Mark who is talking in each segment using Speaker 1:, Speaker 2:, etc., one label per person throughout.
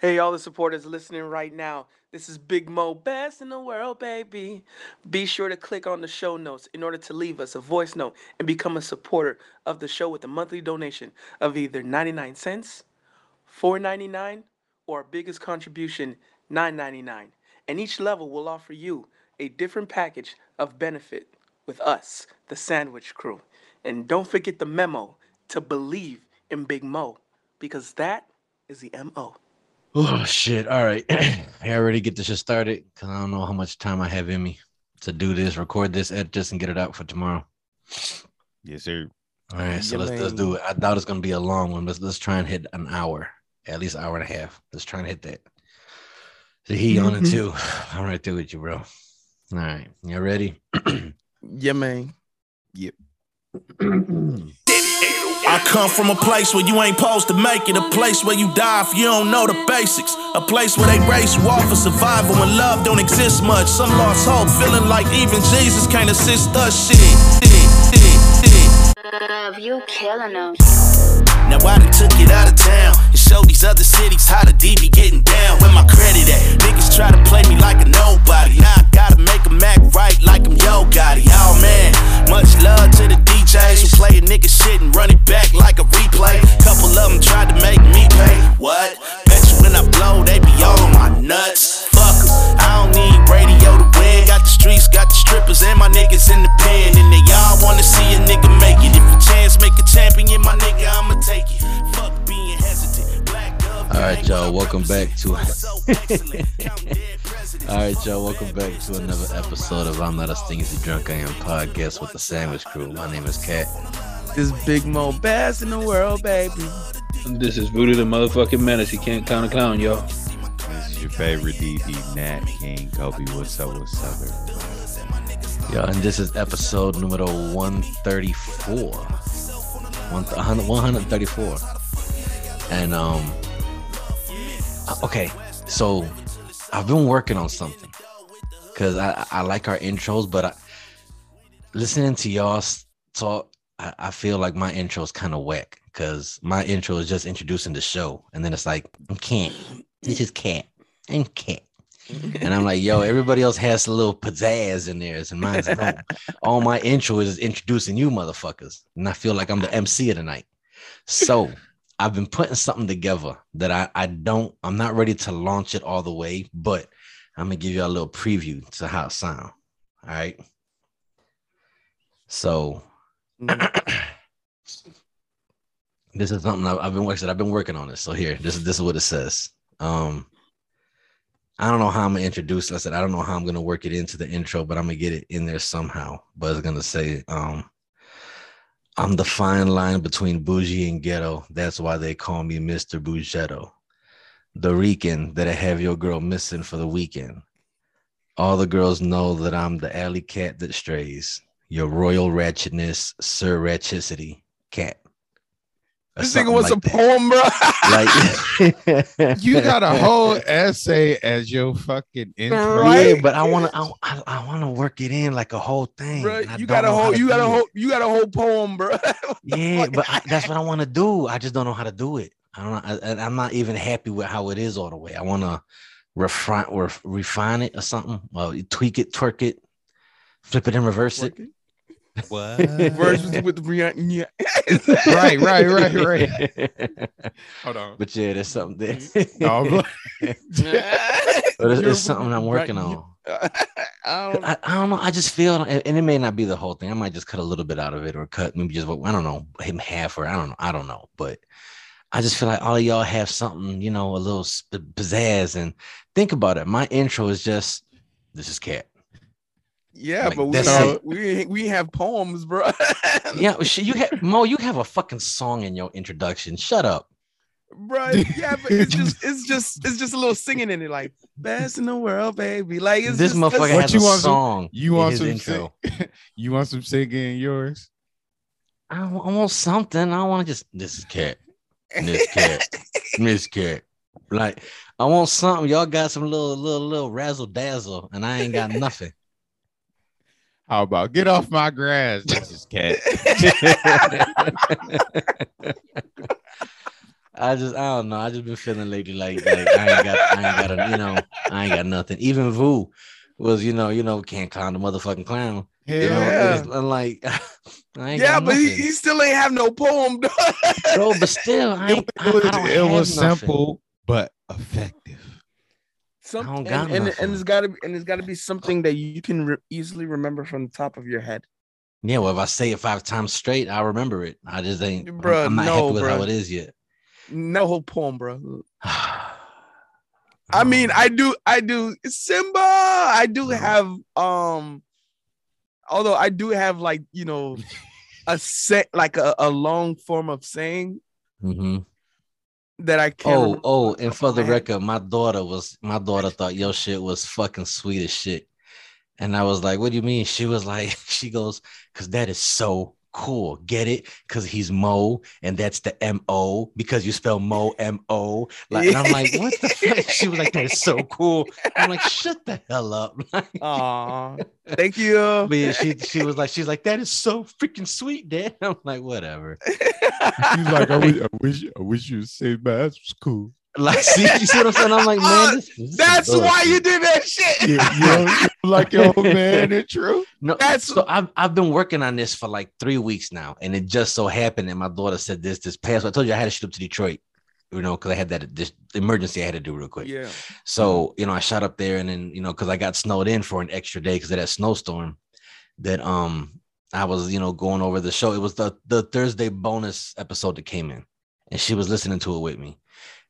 Speaker 1: Hey, all the supporters listening right now. This is Big Mo, best in the world, baby. Be sure to click on the show notes in order to leave us a voice note and become a supporter of the show with a monthly donation of either 99 cents, 4.99, or our biggest contribution, 9.99. And each level will offer you a different package of benefit with us, the Sandwich Crew. And don't forget the memo to believe in Big Mo because that is the MO.
Speaker 2: Oh shit! All right, I already get this shit started because I don't know how much time I have in me to do this, record this, edit this, and get it out for tomorrow.
Speaker 3: Yes, sir.
Speaker 2: All right, so let's let's do it. I doubt it's gonna be a long one, but let's try and hit an hour, at least hour and a half. Let's try and hit that. The heat on it
Speaker 1: Mhm.
Speaker 2: too. I'm right there with you, bro. All right, you ready?
Speaker 1: Yeah, man.
Speaker 4: I come from a place where you ain't supposed to make it. A place where you die if you don't know the basics. A place where they race you off for survival when love don't exist much. Some lost hope, feeling like even Jesus can't assist us. Shit, shit, shit, shit.
Speaker 5: Love, you killing them.
Speaker 4: Now I done took it out of town and showed these other cities how the D be getting down. Where my credit at? Niggas try to play me like a nobody. Now I gotta make 'em act right like I'm Yo Gotti. Oh man, much love to the DJs who play a nigga shit and run it back like a replay. Couple of 'em tried to make me pay. What? Bet you when I blow, they be all on my nuts. Fuck 'em. I don't need radio to win. Got the streets, got the strippers, and my niggas in the pen. And they all wanna see a nigga make it. If a chance make a champion, my nigga, I'ma take it. Fuck being hesitant. Black dove.
Speaker 2: All right, y'all. Welcome back to.
Speaker 4: So excellent. Count dead presidents.
Speaker 2: All right, y'all. Welcome back to another episode of I'm Not a Stingy Drunk I Am podcast with the Sandwich Crew. My name is Kat.
Speaker 1: This Big Mo, best in the world, baby.
Speaker 6: This is Voodoo the motherfucking menace. He can't count a clown, y'all.
Speaker 3: This is your favorite DD, Nat King Kobe. What's up? What's up? everybody?
Speaker 2: Yeah, and this is episode numero 134. One th- 100 134. And um uh, okay, so I've been working on something cuz I I I like our intros, but I, listening to y'all s- talk I, I feel like my intro is kind of whack cuz my intro is just introducing the show and then it's like I can't. This is cat. I'm cat. And I'm like, yo, everybody else has a little pizzazz in theirs, and mine's not. All my intro is introducing you motherfuckers. And I feel like I'm the MC of the night. So I've been putting something together that I, I don't, I'm not ready to launch it all the way, but I'm gonna give you a little preview to how it sound. All right. So this is something I've, I've been working. I've been working on this. So here, this is this is what it says. Um, I don't know how I'm gonna introduce. I said I don't know how I'm gonna work it into the intro, but I'm gonna get it in there somehow. But it's gonna say, um, I'm the fine line between bougie and ghetto. That's why they call me Mr. Bougetto. The Rican that I have your girl missing for the weekend. All the girls know that I'm the alley cat that strays. Your royal ratchetness, sir ratchicity cat. Or
Speaker 7: This nigga
Speaker 2: something
Speaker 7: was
Speaker 2: like
Speaker 7: a
Speaker 2: that.
Speaker 7: poem, bro.
Speaker 2: Like
Speaker 7: you got a whole essay as your fucking intro.
Speaker 2: Yeah,
Speaker 7: Right?
Speaker 2: but I want to. I, I, want to work it in like a whole thing.
Speaker 1: Bro,
Speaker 2: and I
Speaker 1: you
Speaker 2: don't
Speaker 1: got a
Speaker 2: know how
Speaker 1: whole,
Speaker 2: to
Speaker 1: you got a
Speaker 2: do it.
Speaker 1: whole, you got a whole poem, bro.
Speaker 2: Yeah, but I, that's what I want to do. I just don't know how to do it. I don't. know. I, and I'm not even happy with how it is all the way. I want to refine or refine it or something. Well, tweak it, twerk it, flip it, and reverse it.
Speaker 1: Verse with with the Rihanna. Yeah.
Speaker 7: right, right, right, right. Hold on.
Speaker 2: But yeah, there's something there.
Speaker 7: No,
Speaker 2: but it's,
Speaker 1: You're
Speaker 2: it's something I'm
Speaker 1: right,
Speaker 2: working
Speaker 1: you-
Speaker 2: on.
Speaker 1: I don't,
Speaker 2: I, I don't know. I just feel, and and it may not be the whole thing. I might just cut a little bit out of it, or cut maybe just what I don't know him half, or I don't know. I don't know, but I just feel like all of y'all have something, you know, a little sp- pizzazz. And think about it. My intro is just this is cat.
Speaker 1: yeah,
Speaker 2: Like,
Speaker 1: but we
Speaker 2: that's
Speaker 1: have,
Speaker 2: it.
Speaker 1: we ain't- we have poems, bro.
Speaker 2: Yeah, well, shit, you have Mo. You have a fucking song in your introduction. Shut up.
Speaker 1: bro. Yeah, but it's just it's just it's just a little singing in it, like best in the world, baby. Like it's
Speaker 2: this
Speaker 1: just,
Speaker 2: motherfucker
Speaker 1: that's-
Speaker 7: What
Speaker 2: has
Speaker 7: you
Speaker 2: a
Speaker 7: want some-
Speaker 2: song.
Speaker 7: you
Speaker 2: in
Speaker 7: want
Speaker 2: his
Speaker 7: some
Speaker 2: intro?
Speaker 7: sing- you want some singing in yours?
Speaker 2: I, w- I want something. I don't want to just this is cat. Miss Cat. Miss Cat. Like, I want something. Y'all got some little little little razzle dazzle, and I ain't got nothing.
Speaker 7: How about get off my grass? This is cat.
Speaker 2: I I just I don't know. I just been feeling lately like, like I ain't got I ain't got a, you know I ain't got nothing. Even Vu was you know you know can't clown the motherfucking clown. You know,
Speaker 8: Yeah.
Speaker 2: it's- I'm like I ain't
Speaker 8: yeah,
Speaker 2: got
Speaker 8: but he,
Speaker 2: nothing.
Speaker 8: he still ain't have no poem. dog.
Speaker 2: bro. But still, I
Speaker 3: It,
Speaker 2: ain't, I- I
Speaker 3: was,
Speaker 2: don't
Speaker 3: it
Speaker 2: have
Speaker 3: was
Speaker 2: nothing.
Speaker 3: simple but effective.
Speaker 8: Some,
Speaker 2: I don't
Speaker 8: and,
Speaker 2: got
Speaker 8: and,
Speaker 2: nothing.
Speaker 8: and it's gotta be and it's gotta be something that you can re- easily remember from the top of your head.
Speaker 2: Yeah, well, if I say it five times straight, I remember it. I just ain't. I'm-
Speaker 8: Bruh,
Speaker 2: I'm not
Speaker 8: no,
Speaker 2: happy with how
Speaker 8: bruh.
Speaker 2: it is yet.
Speaker 8: No whole poem, bro. I
Speaker 2: don't
Speaker 8: mean,
Speaker 2: know.
Speaker 8: I do, I do Simba. I do
Speaker 2: Oh. No.
Speaker 8: have um, although I do have like you know, a set like a, a long form of saying
Speaker 2: Mhm.
Speaker 8: that I can't.
Speaker 2: Oh,
Speaker 8: remember.
Speaker 2: oh, and for the
Speaker 8: my head.
Speaker 2: record, my daughter was my daughter thought your shit was fucking sweet as shit, and I was like, "What do you mean?" She was like, "She goes, because that is so cool. Get it? Because he's Mo, and that's the M O because you spell Mo M O. Like, and I'm like, "What the fuck?" She was like, "That is so cool." I'm like, "Shut the hell up!"
Speaker 8: Aw, thank you.
Speaker 2: But yeah, she she was like, she's like, that is so freaking sweet, Dad. I'm like, whatever.
Speaker 3: He's like, I wish, I wish, I wish you saved my ass from school.
Speaker 2: Like, see, you see what I'm saying? I'm like, man, this, this is
Speaker 8: Uh, That's why
Speaker 2: bullshit."
Speaker 8: you did that shit.
Speaker 3: You, you don't- you don't like your old man, it's true.
Speaker 2: No,
Speaker 8: That's-
Speaker 2: so I've I've been working on this for like three weeks now, and it just so happened that my daughter said this this past. I told you I had to shoot up to Detroit, you know, because I had that this emergency I had to do real quick.
Speaker 8: Yeah.
Speaker 2: So you know, I shot up there, and then you know, because I got snowed in for an extra day because of that snowstorm. That um, I was you know going over the show. It was the the Thursday bonus episode that came in, and she was listening to it with me,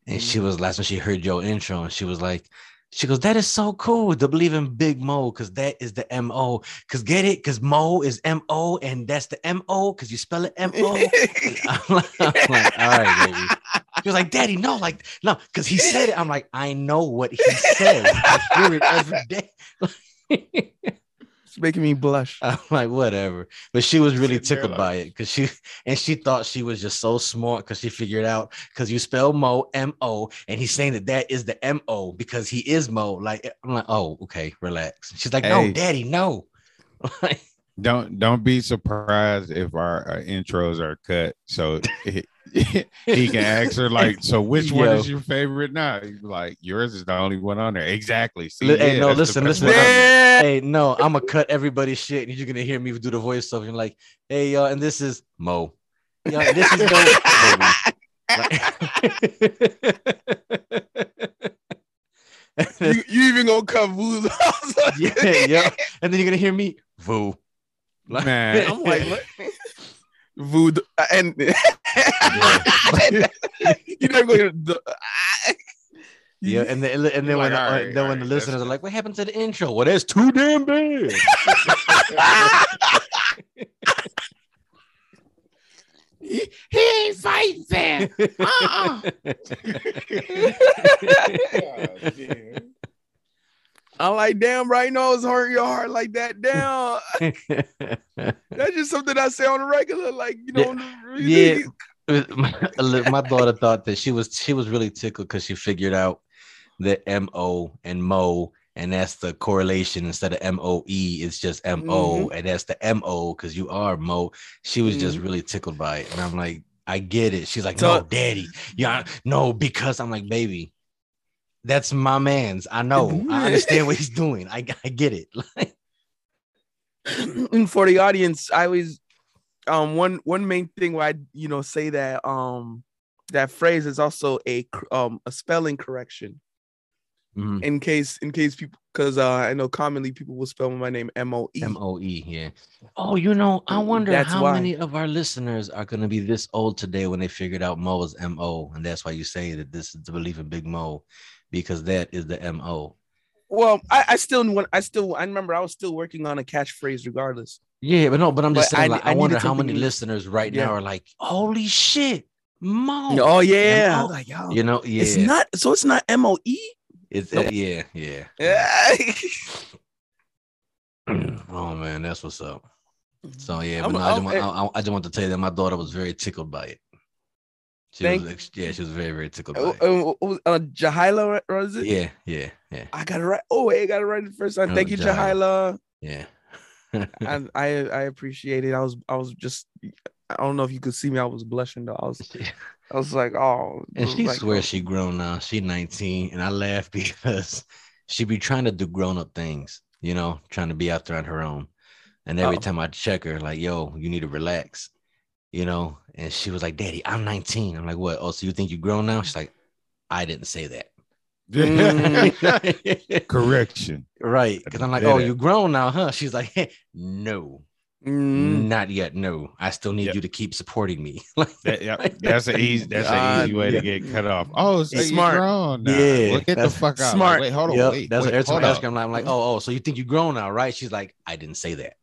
Speaker 2: and she was last when she heard your intro, and she was like. She goes, that is so cool to believe in Big Mo because that is the M O. Because get it? Because Mo is M O and that's the M O because you spell it M O. I'm like, I'm like, all right, baby. He was like, Daddy, no, like, no, because he said it. I'm like, I know what he says. I hear it every day.
Speaker 8: It's making me blush.
Speaker 3: Uh,
Speaker 2: I'm like, whatever. But she was really
Speaker 3: Sitting there
Speaker 2: tickled
Speaker 3: like-
Speaker 2: by it because she and she thought she was just so smart because she figured out because you spell Mo M O and he's saying that that is the M O because he is Mo. Like, I'm like, oh, okay, relax. She's like, no,
Speaker 3: Hey.
Speaker 2: Daddy, no. Like,
Speaker 3: Don't don't be surprised if our, our intros are cut. So he, he can ask her like, so which one
Speaker 2: Yo.
Speaker 3: is your favorite now? He'd be like, yours is the only one on there. Exactly. See,
Speaker 2: Li- hey,
Speaker 3: yeah,
Speaker 2: no,
Speaker 3: that's the
Speaker 2: listen, listen.
Speaker 3: best one.
Speaker 8: Yeah.
Speaker 2: hey, no, I'm gonna cut everybody's shit, and you're gonna hear me do the voiceover. And like, hey, y'all, and this is Mo. Yo, and this is Mo. baby. Like-
Speaker 8: you, you even gonna cut Vu's house.
Speaker 2: yeah, yeah, and then you're gonna hear me, Voo. Like-
Speaker 3: Man,
Speaker 8: I'm like, what? Voodoo uh, and you never go to the
Speaker 2: Yeah, and then and then when
Speaker 3: You're like,
Speaker 2: the,
Speaker 3: "All right,
Speaker 2: then
Speaker 3: all
Speaker 2: when the
Speaker 3: right, that's
Speaker 2: listeners are like, "What happened to the intro?" Well, that's too damn bad.
Speaker 3: he, he ain't fighting Uh-uh. fair.
Speaker 8: I'm like, damn, right now it's hurting your heart like that. Damn, that's just something I say on the regular. Like, you know,
Speaker 2: yeah my, my daughter thought that she was she was really tickled because she figured out that mo and mo and that's the correlation instead of moe it's just mo and that's the mo because you are mo she was just really tickled by it and i'm like i get it she's like
Speaker 8: So-
Speaker 2: no daddy yeah no because i'm like baby that's my man's i know i understand what he's doing i, I get it like
Speaker 8: And for the audience, I always um one one main thing where I you know say that um that phrase is also a cr- um a spelling correction
Speaker 2: mhm,
Speaker 8: in case in case people because uh I know commonly people will spell my name M O E.
Speaker 2: moe yeah Oh, you know, I wonder
Speaker 8: That's
Speaker 2: how
Speaker 8: why.
Speaker 2: many of our listeners are going to be this old today when they figured out Mo is MO. And that's why you say that this is the belief in Big Mo, because that is the MO.
Speaker 8: Well, I, I still want I still I remember I was still working on a catchphrase regardless.
Speaker 2: Yeah, but no, but I'm just
Speaker 8: But I
Speaker 2: saying,
Speaker 8: ne-
Speaker 2: like,
Speaker 8: I
Speaker 2: I,
Speaker 8: needed
Speaker 2: wonder how
Speaker 8: something
Speaker 2: many
Speaker 8: new.
Speaker 2: listeners right
Speaker 8: Yeah.
Speaker 2: now are like, holy shit, Mo.
Speaker 8: Oh yeah.
Speaker 2: M O.
Speaker 8: Like, yo,
Speaker 2: You know, yeah.
Speaker 8: It's not so it's not M O E.
Speaker 2: It's,
Speaker 8: Nope.
Speaker 2: uh, yeah, yeah. oh, man, that's what's up. So, yeah,
Speaker 8: I'm-
Speaker 2: but no, I, just
Speaker 8: I'm-
Speaker 2: want, I, I- I just want to tell you that my daughter was very tickled by it. She
Speaker 8: Thank-
Speaker 2: was, ex- yeah, she was very, very tickled by
Speaker 8: Uh,
Speaker 2: it.
Speaker 8: uh, uh, Jahila was it?
Speaker 2: Yeah, yeah, yeah,
Speaker 8: I got it right. Oh, I got it right the first time.
Speaker 2: Oh,
Speaker 8: Thank you,
Speaker 2: Jahila.
Speaker 8: Jahila.
Speaker 2: yeah.
Speaker 8: I, I I appreciate it. I was I was just I don't know if you could see me. I was blushing though. I was I was like, oh.
Speaker 2: And she
Speaker 8: like,
Speaker 2: swears she grown now. She 19, and I laugh because she be trying to do grown up things, you know, trying to be out there on her own. And every
Speaker 8: Oh.
Speaker 2: time I check her, like, yo, you need to relax, you know. And she was like, Daddy, I'm 19. I'm like, what? Oh, so you think you grown now? She's like, I didn't say Mm. that.
Speaker 8: Mm.
Speaker 3: Correction.
Speaker 2: right. Because I'm like,
Speaker 3: Did
Speaker 2: oh,
Speaker 3: it.
Speaker 2: you grown now, huh? She's like, no,
Speaker 8: mm,
Speaker 2: not yet. No, I still need
Speaker 3: Yep.
Speaker 2: you to keep supporting me. like,
Speaker 3: That- yep, that's an easy. That's an
Speaker 8: God,
Speaker 3: easy way to
Speaker 2: yeah.
Speaker 3: get cut off. Oh, so
Speaker 8: It's
Speaker 3: smart.
Speaker 8: smart.
Speaker 2: Yeah,
Speaker 3: Yeah, get the
Speaker 2: that's
Speaker 3: fuck out.
Speaker 8: smart.
Speaker 3: Like, wait, hold on.
Speaker 2: Yep,
Speaker 3: wait,
Speaker 2: that's
Speaker 3: wait,
Speaker 2: every time
Speaker 3: hold
Speaker 2: I
Speaker 3: up.
Speaker 2: ask her, I'm like, I'm like, oh, oh, so you think you grown now, right? She's like, I didn't say that.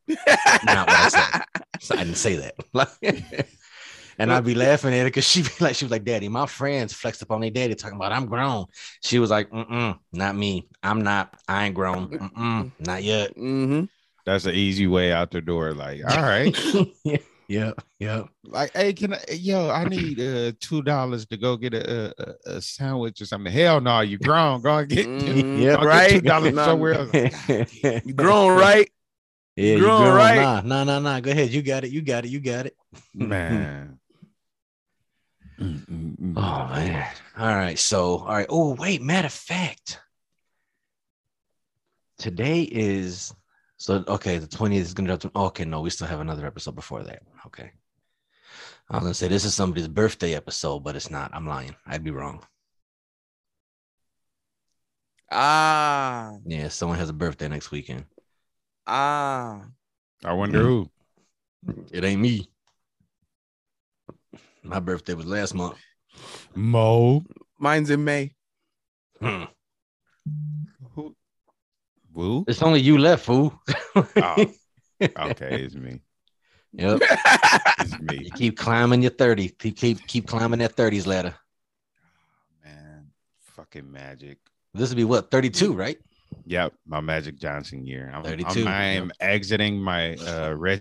Speaker 2: Not what I said. So I didn't say that. Like, and I'd be laughing at it because she'd be like, she was like, Daddy, my friends flexed up on their daddy talking about I'm grown. She was like, Mm-mm, not me. I'm not. I ain't grown. Mm-mm, not yet.
Speaker 8: hmm
Speaker 3: That's an easy way out the door. Like, all right,
Speaker 2: yep. Yep.
Speaker 3: like, hey, can I, yo, I need uh two dollars to go get a, a a- a sandwich or something. Hell no, you grown. Go and get,
Speaker 2: Mm.
Speaker 8: Mhm.
Speaker 2: Yeah,
Speaker 3: go and get
Speaker 8: right?
Speaker 3: two dollars
Speaker 8: Nah,
Speaker 3: somewhere else.
Speaker 8: You grown, right?
Speaker 2: Yeah, you
Speaker 8: Grown,
Speaker 2: grown,
Speaker 8: right?
Speaker 2: Nah, nah, nah, nah. Go ahead. You got it. You got it. You got it.
Speaker 3: Man. Mm, mm, mm.
Speaker 2: Oh man. All right. So, all right. Oh, wait, matter of fact. Today is so okay, the 20th is gonna drop. to- Okay, no, we still have another episode before that. Okay. I was gonna say this is somebody's birthday episode, but it's not. I'm lying. I'd be wrong.
Speaker 8: Ah,
Speaker 2: Yeah, someone has a birthday next weekend.
Speaker 8: ah.
Speaker 3: I wonder who.
Speaker 2: It ain't me. My birthday was last month.
Speaker 3: Mo.
Speaker 8: Mine's in May.
Speaker 2: Hmm.
Speaker 3: Who? Woo.
Speaker 2: It's only you left, fool.
Speaker 3: Oh, okay, it's me.
Speaker 2: Yep.
Speaker 3: It's me,
Speaker 2: You keep climbing your 30. Keep keep keep climbing that 30s ladder.
Speaker 3: man. Fucking magic.
Speaker 2: This would be what 32, right?
Speaker 3: Yep, my Magic Johnson year. I'm,
Speaker 2: 32,
Speaker 3: I'm, I'm exiting my uh Reggie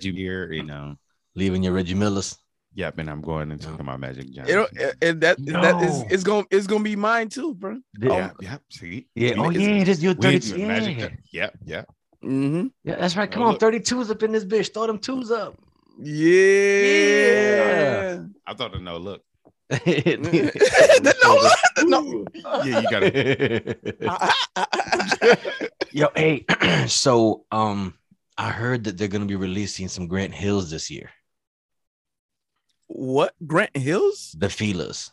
Speaker 3: year, you know.
Speaker 2: Leaving your Reggie Millers.
Speaker 3: Yep, and I'm going into
Speaker 2: Yeah.
Speaker 3: my Magic Johnson.
Speaker 8: It'll,
Speaker 2: eh,
Speaker 8: it, it- that that is
Speaker 2: No.
Speaker 8: it's gonna it's gonna be mine too, bro. Oh,
Speaker 3: yeah, yep. See,
Speaker 2: Yeah.
Speaker 3: We
Speaker 2: Oh
Speaker 3: did-
Speaker 2: yeah, this your
Speaker 3: we did
Speaker 2: 32.
Speaker 3: the Magic.
Speaker 2: Yeah.
Speaker 3: Jo- Yep, yep.
Speaker 8: Mm-hmm.
Speaker 2: yeah, that's right. Come
Speaker 3: Oh,
Speaker 2: on,
Speaker 3: look.
Speaker 2: 32s up in this bitch. Throw them twos up.
Speaker 8: Yeah.
Speaker 3: I thought of no look.
Speaker 8: The no,
Speaker 3: Yeah, you gotta.
Speaker 2: Yo, hey. so um I heard that they're gonna be releasing some Grant Hills this year.
Speaker 8: What Grant Hills?
Speaker 2: The Feelers.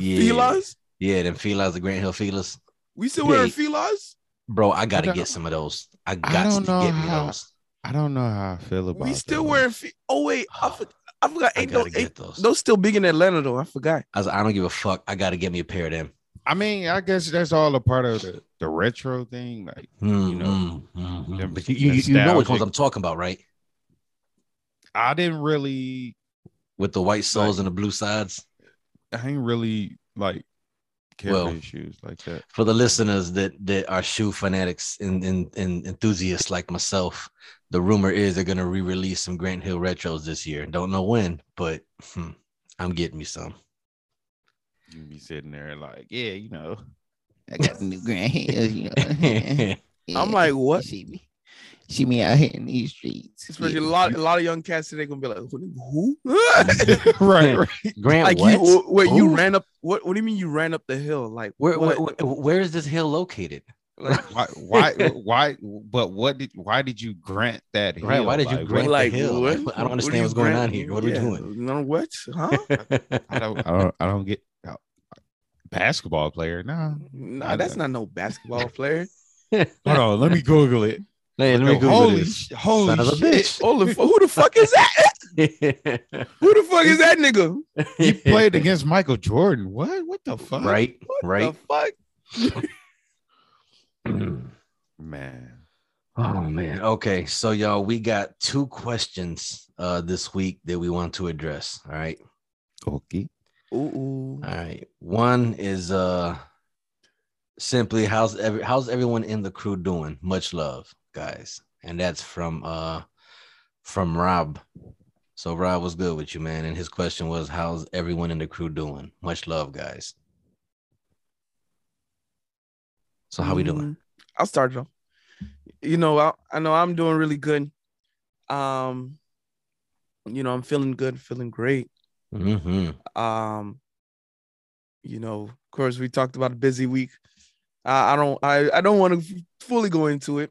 Speaker 2: Yeah.
Speaker 8: Filas?
Speaker 2: Yeah, them Feelers, the Grant Hill Feelers.
Speaker 8: We still wearing
Speaker 2: Yeah.
Speaker 8: Filas?
Speaker 2: Bro, I gotta
Speaker 3: don't-
Speaker 2: get some of those. I got to
Speaker 3: don't know
Speaker 2: get me
Speaker 3: how-
Speaker 2: those.
Speaker 3: I don't know how I feel about.
Speaker 8: We still
Speaker 3: that.
Speaker 8: wearing. Fi- oh wait, I, for- I forgot.
Speaker 2: Ah, I
Speaker 8: Ain't those,
Speaker 2: gotta
Speaker 8: ain't
Speaker 2: get those.
Speaker 8: those still big in Atlanta though? I forgot.
Speaker 2: I was like, I don't give a fuck. I gotta get me a pair of them.
Speaker 3: I mean, I guess that's all a part of the, the retro thing. Like, know,
Speaker 2: Mm, mm, mm.
Speaker 3: them
Speaker 2: but you, you, you know which ones
Speaker 3: nostalgic-
Speaker 2: I'm talking about, right?
Speaker 3: I didn't really
Speaker 2: With the white soles and the blue sides.
Speaker 3: I ain't really like care
Speaker 2: Well,
Speaker 3: for his shoes like that.
Speaker 2: For the listeners that that are shoe fanatics and, and, and enthusiasts like myself, the rumor is they're gonna re-release some Grant Hill retros this year. Don't know when, but hmm, I'm getting me some.
Speaker 3: You be sitting there like, yeah, you know,
Speaker 7: I got the new grand hills, you know.
Speaker 2: yeah,
Speaker 8: I'm like, what?
Speaker 7: See me, see me out here in these streets.
Speaker 8: Especially
Speaker 7: Yeah.
Speaker 8: a lot, a lot of young cats today gonna be like, who?
Speaker 3: right, right.
Speaker 2: Grant,
Speaker 8: like
Speaker 2: what?
Speaker 8: you, wait, you
Speaker 2: Who?
Speaker 8: ran up. What? What do you mean you ran up the hill? Like
Speaker 2: Where,
Speaker 8: what?
Speaker 2: where, where- where is this hill located?
Speaker 3: Why, why, why? But what did? Why did you grant that?
Speaker 2: Right,
Speaker 3: hill?
Speaker 2: why did you
Speaker 3: Like,
Speaker 2: grant-
Speaker 3: what-
Speaker 8: like,
Speaker 2: the hill?
Speaker 8: what?
Speaker 2: Like, I don't
Speaker 8: What
Speaker 2: understand
Speaker 8: are you
Speaker 2: what's going on
Speaker 8: grand-
Speaker 2: here. What are we doing?
Speaker 8: No, what? Huh?
Speaker 3: I don't, I don't, I don't get. I- Basketball player? Nah.
Speaker 8: nah, that's not no basketball player.
Speaker 3: Hold on, let me Google it.
Speaker 2: Hey, let me
Speaker 3: Yo,
Speaker 2: Google
Speaker 3: holy,
Speaker 2: this.
Speaker 3: sh- holy
Speaker 2: Son of a
Speaker 3: shit!
Speaker 8: Oh, the fu- who the fuck is that? Who the fuck is that nigga?
Speaker 3: He played against Michael Jordan. What? What the fuck?
Speaker 2: right,
Speaker 8: The
Speaker 2: right.
Speaker 8: fuck?
Speaker 3: man.
Speaker 2: Oh man. Okay, so y'all, we got two questions uh this week that we want to address. All right.
Speaker 3: Okay.
Speaker 8: Ooh.
Speaker 2: All right. One is uh simply how's every how's everyone in the crew doing? Much love, guys. And that's from uh from Rob. So Rob was good with you, man. And his question was, how's everyone in the crew doing? Much love, guys. So how we doing?
Speaker 8: Mm, I'll start it off. You know, I, I know I'm doing really good. Um, you know, I'm feeling good, feeling great.
Speaker 2: hmm
Speaker 8: Um, you know, of course, we talked about a busy week. I I don't, I, I don't want to fully go into it,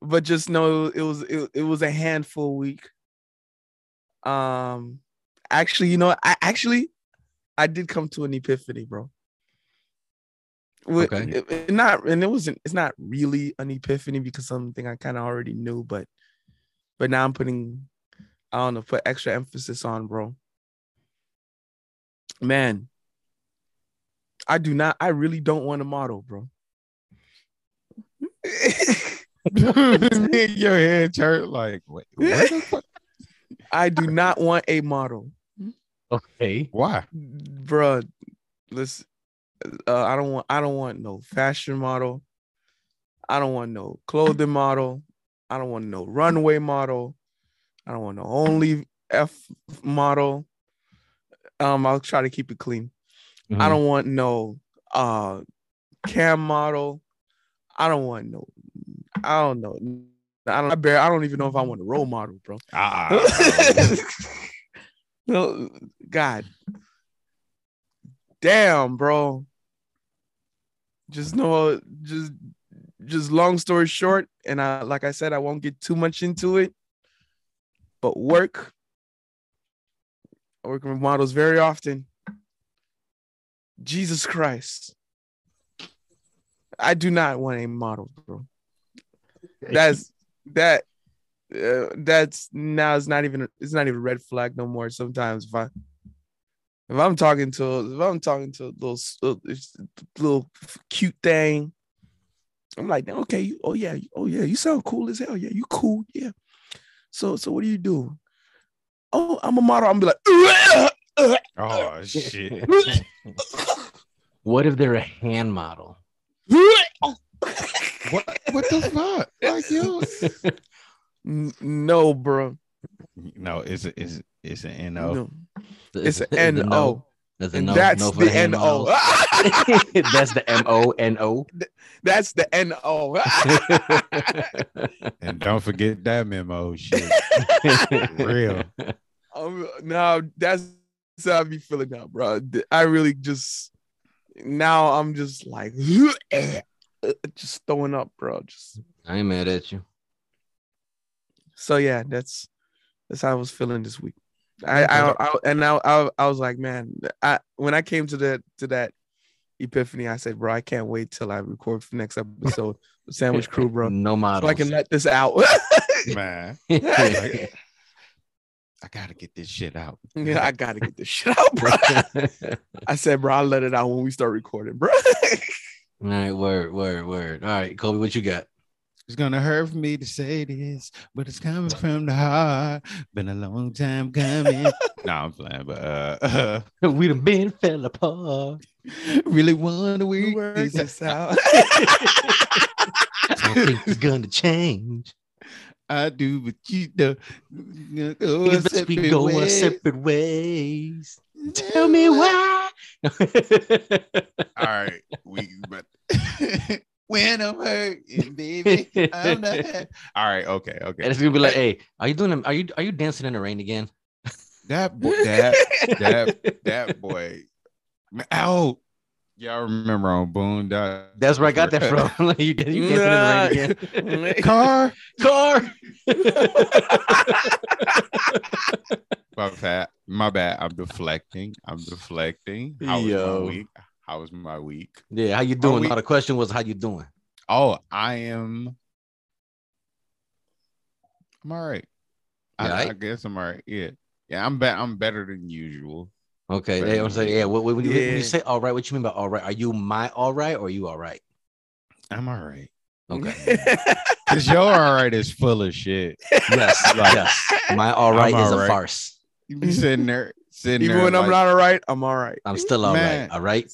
Speaker 8: but just know it was, it, it was a handful week. Um, actually, you know, I actually, I did come to an epiphany, bro. With,
Speaker 2: Okay.
Speaker 8: it- it not, and it wasn't, it's not really an epiphany because something I kind of already knew, but, but now I'm putting, I don't know, put extra emphasis on, bro. Man, I do not, I really don't want a model, bro.
Speaker 3: Nigga, Your head hurt like wait, what the fuck?
Speaker 8: I do not want a model.
Speaker 2: Okay.
Speaker 3: why?
Speaker 8: bruh let's uh, i don't want i don't want no fashion model i don't want no clothing model i don't want no runway model i don't want no only f model um i'll try to keep it clean
Speaker 2: Mm-hmm. Mm.
Speaker 8: i don't want no uh cam model i don't want no i don't know i don't I, bear, I don't even know if i want a role model bro
Speaker 3: Ah,
Speaker 8: no, God. Damn, bro. Just know, just, just long story short, and I, like I said, I won't get too much into it. But work, I work with models very often. Jesus Christ, I do not want a model, bro. That's that uh, that's now it's not even it's not even a red flag no more. Sometimes if I if I'm talking to if I'm talking to a little s- uh, it's a little cute thing, I'm like, okay, you, oh yeah, you- oh yeah, you sound cool as hell. Yeah, you cool. Yeah. So so what do you do? Oh, I'm a model. I'm be like,
Speaker 3: oh shit.
Speaker 2: What if they're a hand model?
Speaker 3: What what the fuck? Like yo.
Speaker 8: N- no, bro.
Speaker 3: No, it's a, it's it's an
Speaker 8: No,
Speaker 3: no.
Speaker 2: Is
Speaker 8: it's an
Speaker 2: the
Speaker 8: N O,
Speaker 2: There's a
Speaker 8: and
Speaker 2: no-
Speaker 8: that's
Speaker 2: no for
Speaker 8: the
Speaker 2: hand
Speaker 8: N
Speaker 2: models.
Speaker 8: O.
Speaker 2: That's the M O N O.
Speaker 8: That's the N O.
Speaker 3: And don't forget that memo shit. Real.
Speaker 8: I'm, no, that's, that's how I be feeling now, bro. Th- I really just now I'm just like just throwing up, bro. Just
Speaker 2: I ain't mad at you.
Speaker 8: so yeah, that's that's how I was feeling this week. I, I, I and I, I I was like, man, I when I came to that to that epiphany, I said, bro, I can't wait till I record for next episode with Sandwich Crew, bro.
Speaker 2: No
Speaker 8: So
Speaker 2: models.
Speaker 8: I can let this out.
Speaker 3: Man,
Speaker 2: Like-
Speaker 3: I gotta get this shit out.
Speaker 8: Yeah, I gotta get this shit out, bro. I said, bro, I'll let it out when we start recording, bro.
Speaker 2: All right, word, word, word. All right, Kobe, what you got?
Speaker 3: It's gonna hurt for me to say this, but it's coming from the heart. Been a long time coming. nah, I'm playing, but uh,
Speaker 2: We'd have been fell apart.
Speaker 3: really want to
Speaker 8: We
Speaker 3: work,
Speaker 8: work
Speaker 3: this
Speaker 8: this out.
Speaker 2: it's gonna change.
Speaker 3: I do, but you do.
Speaker 2: It's best we go our separate ways. Tell me why.
Speaker 3: All right, we but when I'm hurting, baby, I'm not. happy. All right, okay,
Speaker 2: And
Speaker 3: okay.
Speaker 2: it's gonna be like, hey, are you doing? Are you are you dancing in the rain again?
Speaker 3: That boy, that that that boy, out. Y'all remember on Boondock?
Speaker 2: That's where I got that from. you dan- you dancing in the rain again?
Speaker 3: Car,
Speaker 2: Car.
Speaker 3: my bad. My bad. I'm deflecting. I'm deflecting. How was
Speaker 2: Yo.
Speaker 3: my week? How was my week?
Speaker 2: yeah, how you doing?
Speaker 3: we-
Speaker 2: Now the question was, how you doing?
Speaker 3: Oh, I am. I'm all right.
Speaker 2: You
Speaker 3: I,
Speaker 2: all
Speaker 3: I
Speaker 2: right?
Speaker 3: guess I'm all right. Yeah, yeah. I'm be- I'm better than usual.
Speaker 2: Okay, they don't say, yeah. What, what, when you- when
Speaker 8: Yeah.
Speaker 2: you say all right, what you mean by all right? Are you my all right or are you all right?
Speaker 3: I'm all right.
Speaker 2: Okay.
Speaker 3: Cause your all right is full of shit.
Speaker 2: yes, yes. My all right
Speaker 3: I'm
Speaker 2: is
Speaker 3: all
Speaker 2: a
Speaker 3: right.
Speaker 2: farce.
Speaker 3: You be sitting there, sitting
Speaker 8: Even
Speaker 3: there
Speaker 8: when I'm
Speaker 3: like,
Speaker 8: not all right, I'm all right.
Speaker 2: I'm still all right.
Speaker 3: Man.
Speaker 2: All right.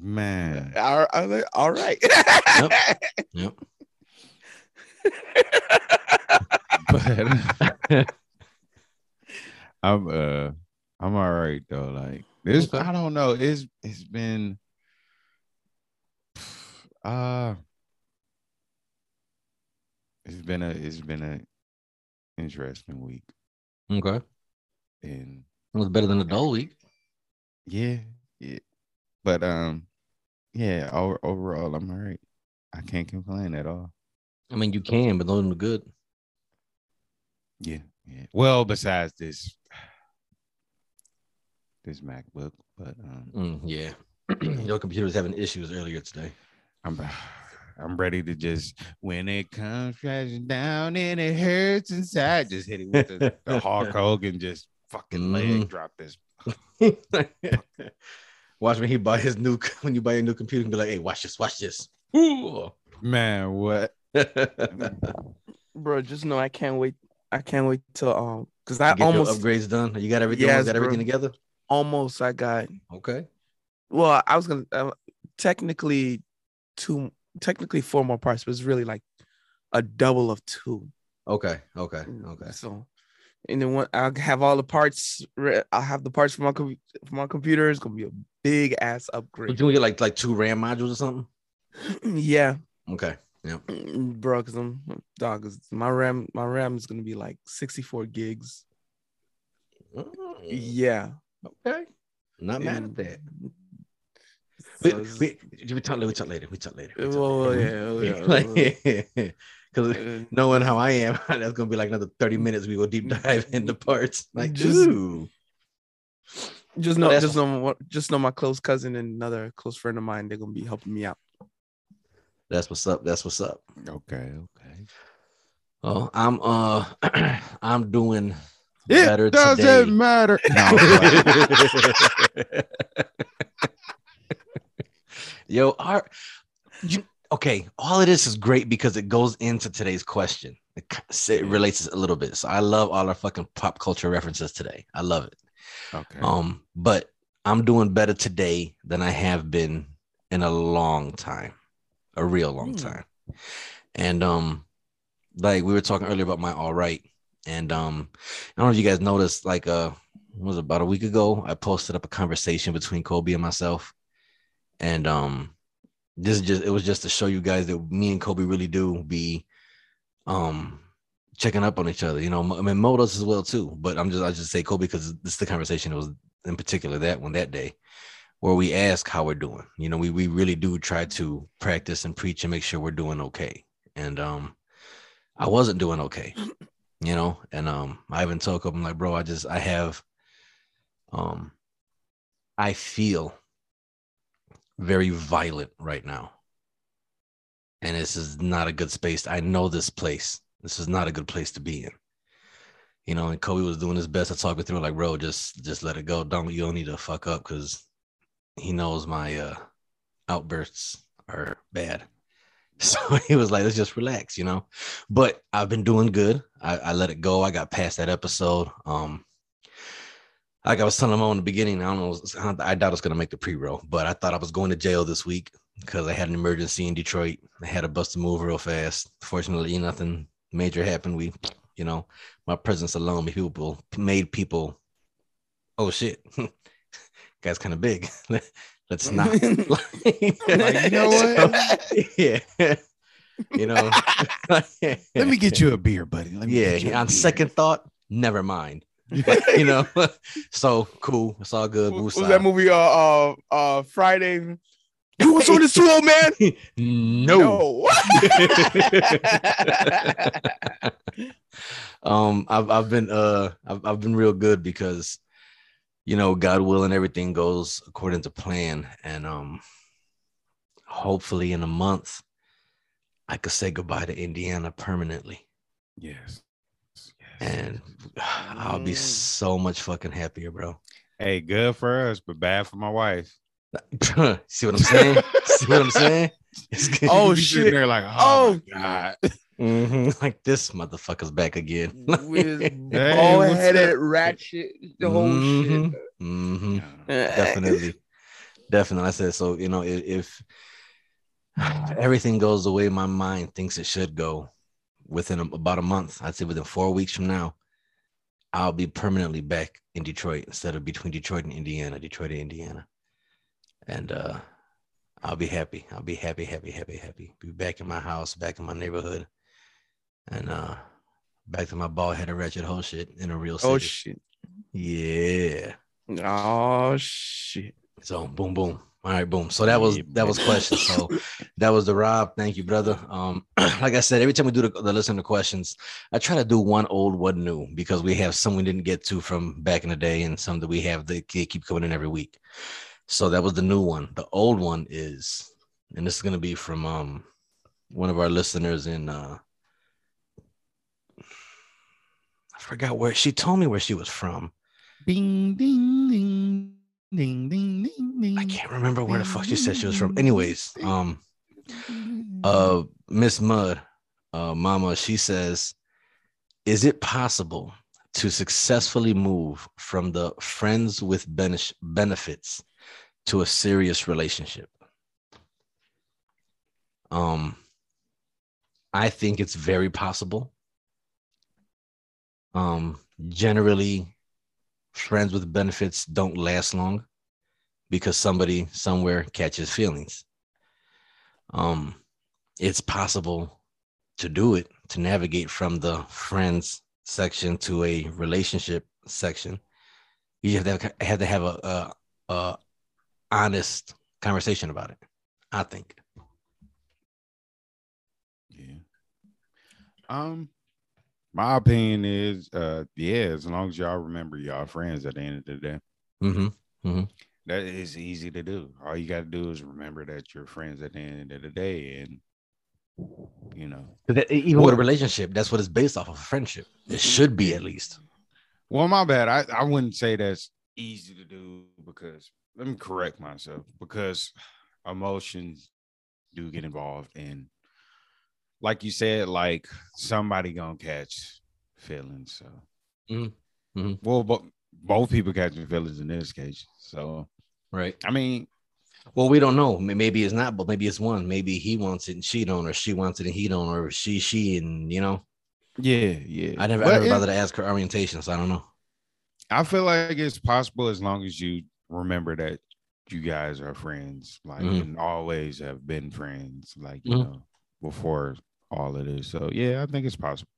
Speaker 3: man.
Speaker 8: All all right. All right.
Speaker 2: Yep.
Speaker 3: But I'm uh, I'm all right though. Like this,
Speaker 2: Okay.
Speaker 3: I don't know. It's it's been uh, it's been a it's been a interesting week.
Speaker 2: Okay.
Speaker 3: And
Speaker 2: It was better than the Dole Week.
Speaker 3: yeah, yeah. But um, yeah. Over, overall, I'm alright. I can't complain at all.
Speaker 2: I mean, you can, but those are good.
Speaker 3: Yeah, yeah. Well, besides this, this MacBook, but um,
Speaker 2: Mm, yeah. Your computer was having issues earlier today.
Speaker 3: I'm I'm ready to just when it comes crashing down and it hurts inside, just hit it with the, the Hulk Hogan, just fucking
Speaker 2: Mhm.
Speaker 3: leg drop this.
Speaker 2: Mm. watch when he buy his new when you buy a new computer and be like, hey, watch this, watch this. Ooh.
Speaker 3: Man, what?
Speaker 8: bro. Just know I can't wait. I can't wait till um, cause
Speaker 2: I
Speaker 8: I
Speaker 2: get your
Speaker 8: almost
Speaker 2: upgrades done. You got everything.
Speaker 8: Yes,
Speaker 2: you got everything
Speaker 8: bro.
Speaker 2: together.
Speaker 8: almost I got.
Speaker 2: Okay.
Speaker 8: Well, I was gonna uh, technically two, technically four more parts, but it's really like a double of two.
Speaker 2: Okay. Okay. Okay.
Speaker 8: So, and then when I'll have all the parts, re- I'll have the parts for my com- for my computer. It's gonna be a big ass
Speaker 2: But
Speaker 8: upgrade.
Speaker 2: you want get like like two RAM modules or something?
Speaker 8: yeah,
Speaker 2: Okay.
Speaker 8: bro. Cause I'm dog. 'cause my RAM, my RAM is gonna be like sixty four gigs.
Speaker 2: Mm,
Speaker 8: Yeah,
Speaker 2: Okay. Not mad at
Speaker 8: And-
Speaker 2: that.
Speaker 8: So
Speaker 2: We,
Speaker 8: it's-
Speaker 2: we, we talk later. We talk later. We talk later. we talk
Speaker 8: Well,
Speaker 2: later.
Speaker 8: yeah,
Speaker 2: Like, Cause
Speaker 8: uh,
Speaker 2: knowing how I am, that's gonna be like another 30 minutes. We go deep dive into parts. Like,
Speaker 8: Just-
Speaker 2: ooh.
Speaker 8: just know,
Speaker 2: that's-
Speaker 8: just know, what- just know my close cousin and another close friend of mine. They're gonna be helping me out.
Speaker 2: That's what's up. That's what's up.
Speaker 3: Okay, okay.
Speaker 2: Oh, I'm uh I'm doing
Speaker 3: It
Speaker 2: better
Speaker 3: doesn't
Speaker 2: today.
Speaker 3: matter.
Speaker 2: Yo, our you okay? All of this is great because it goes into today's question. It, ki- it relates a little bit. So I love all our fucking pop culture references today. I love it.
Speaker 3: okay.
Speaker 2: Um, but I'm doing better today than I have been in a long time, a real long
Speaker 8: Hmm.
Speaker 2: time. And um, like we were talking earlier about my all right, and um, I don't know if you guys noticed, like uh, what was it, about a week ago, I posted up a conversation between Kobe and myself, and um, this is just it was just to show you guys that me and Kobe really do be um checking up on each other. You know, I mean, Mo does as well too. But I'm just I just say Kobe because this is the conversation it was in particular that one that day where we ask how we're doing. You know, we we really do try to practice and preach and make sure we're doing okay. And um, I wasn't doing okay. You know, and um, I even told Kobe I'm like, bro, I just I have um, I feel very violent right now. And this is not a good space. I know this place. This is not a good place to be in. You know, and Kobe was doing his best to talk it through, like, bro, just just let it go. Don't you don't need to fuck up because he knows my uh outbursts are bad. So he was like, let's just relax, you know. But I've been doing good. I, I let it go. I got past that episode. Um like I was telling him in the beginning, I don't know. I doubt it's gonna make the pre-roll, but I thought I was going to jail this week because I had an emergency in Detroit. I had a bus to move real fast. Fortunately, nothing major happened. We, you know, my presence alone made people made people. Oh shit, guy's kind of big. Let's not.
Speaker 3: Like, you know what?
Speaker 2: yeah, you know.
Speaker 3: Let me get you a beer, buddy. Let me
Speaker 2: Yeah,
Speaker 3: get you a
Speaker 2: on
Speaker 3: beer.
Speaker 2: second thought, never mind. you know, so cool. It's all good.
Speaker 8: What was
Speaker 2: Woosah.
Speaker 8: that movie? Uh, uh, uh, Friday. You was on this too, old man.
Speaker 2: no. um, I've I've been uh I've I've been real good because you know, God willing, everything goes according to plan. And um hopefully in a month I could say goodbye to Indiana permanently.
Speaker 3: Yes. yes.
Speaker 2: And I'll be
Speaker 8: Mm.
Speaker 2: so much fucking happier, bro.
Speaker 3: Hey, good for us, but bad for my wife.
Speaker 2: See what I'm saying? See what I'm saying? It's good.
Speaker 8: Oh,
Speaker 3: You be sitting
Speaker 8: shit.
Speaker 3: There like, oh,
Speaker 8: Oh.
Speaker 3: my god.
Speaker 2: Mhm. like this motherfucker's back again.
Speaker 8: With
Speaker 3: Hey,
Speaker 8: bald
Speaker 3: what's
Speaker 8: headed
Speaker 3: up?
Speaker 8: ratchet, the whole
Speaker 2: Mhm.
Speaker 8: shit.
Speaker 2: Mhm.
Speaker 3: Yeah.
Speaker 2: definitely definitely i said so you know if, if everything goes the way my mind thinks it should go within a, about a month i'd say within four weeks from now i'll be permanently back in detroit instead of between detroit and indiana detroit and indiana and uh i'll be happy i'll be happy happy happy happy be back in my house back in my neighborhood and uh Back to my bald headed wretched whole shit in a real city.
Speaker 8: Oh shit.
Speaker 2: Yeah.
Speaker 8: Oh shit.
Speaker 2: So boom boom. All right, boom. So that was that was question. So that was the Rob. Thank you, brother. Um, like I said, every time we do the, the listener questions, I try to do one old, one new because we have some we didn't get to from back in the day, and some that we have that they keep coming in every week. So that was the new one. The old one is, and this is gonna be from um one of our listeners in uh I forgot where she told me where she was from.
Speaker 7: Ding ding ding ding ding ding ding.
Speaker 3: Mm.
Speaker 2: I can't remember where the fuck she said she was from. Anyways, um
Speaker 3: Mm-hmm.
Speaker 2: uh Miss Mud, uh Mama, she says, Is it possible to successfully move from the friends with benef- benefits to a serious relationship? Um I think it's very possible. Um generally friends with benefits don't last long because somebody somewhere catches feelings. Um, it's possible to do it to navigate from the friends section to a relationship section. You have to have, have to have a, a, a honest conversation about it. I think.
Speaker 3: Yeah. Um, my opinion is, uh, yeah, as long as y'all remember y'all friends at the end of the day,
Speaker 2: Mm-hmm. Mm-hmm.
Speaker 3: that is easy to do. All you got to do is remember that you're friends at the end of the day, and you know. Mm-hmm.
Speaker 2: 'Cause that- even with a relationship, that's what it's based off of a friendship. It should be at least.
Speaker 3: Well, my bad. I I wouldn't say that's easy to do because let me correct myself because emotions do get involved, and like you said, like somebody gonna catch feelings. So,
Speaker 2: Mhm. Mhm.
Speaker 3: well, but both people catching feelings in this case. So,
Speaker 2: Right.
Speaker 3: I mean,
Speaker 2: Well, we don't know. May- Maybe it's not, but maybe it's one. Maybe he wants it and she don't, or she wants it and he don't, or she, she, and you know.
Speaker 3: yeah, yeah.
Speaker 2: I never, I
Speaker 3: But
Speaker 2: never
Speaker 3: it-
Speaker 2: bothered to ask her orientation, so I don't know.
Speaker 3: I feel like it's possible as long as you remember that you guys are friends, like
Speaker 2: Mhm.
Speaker 3: and always have been friends, like you
Speaker 2: Mhm.
Speaker 3: know, before all of this. So yeah, I think it's possible.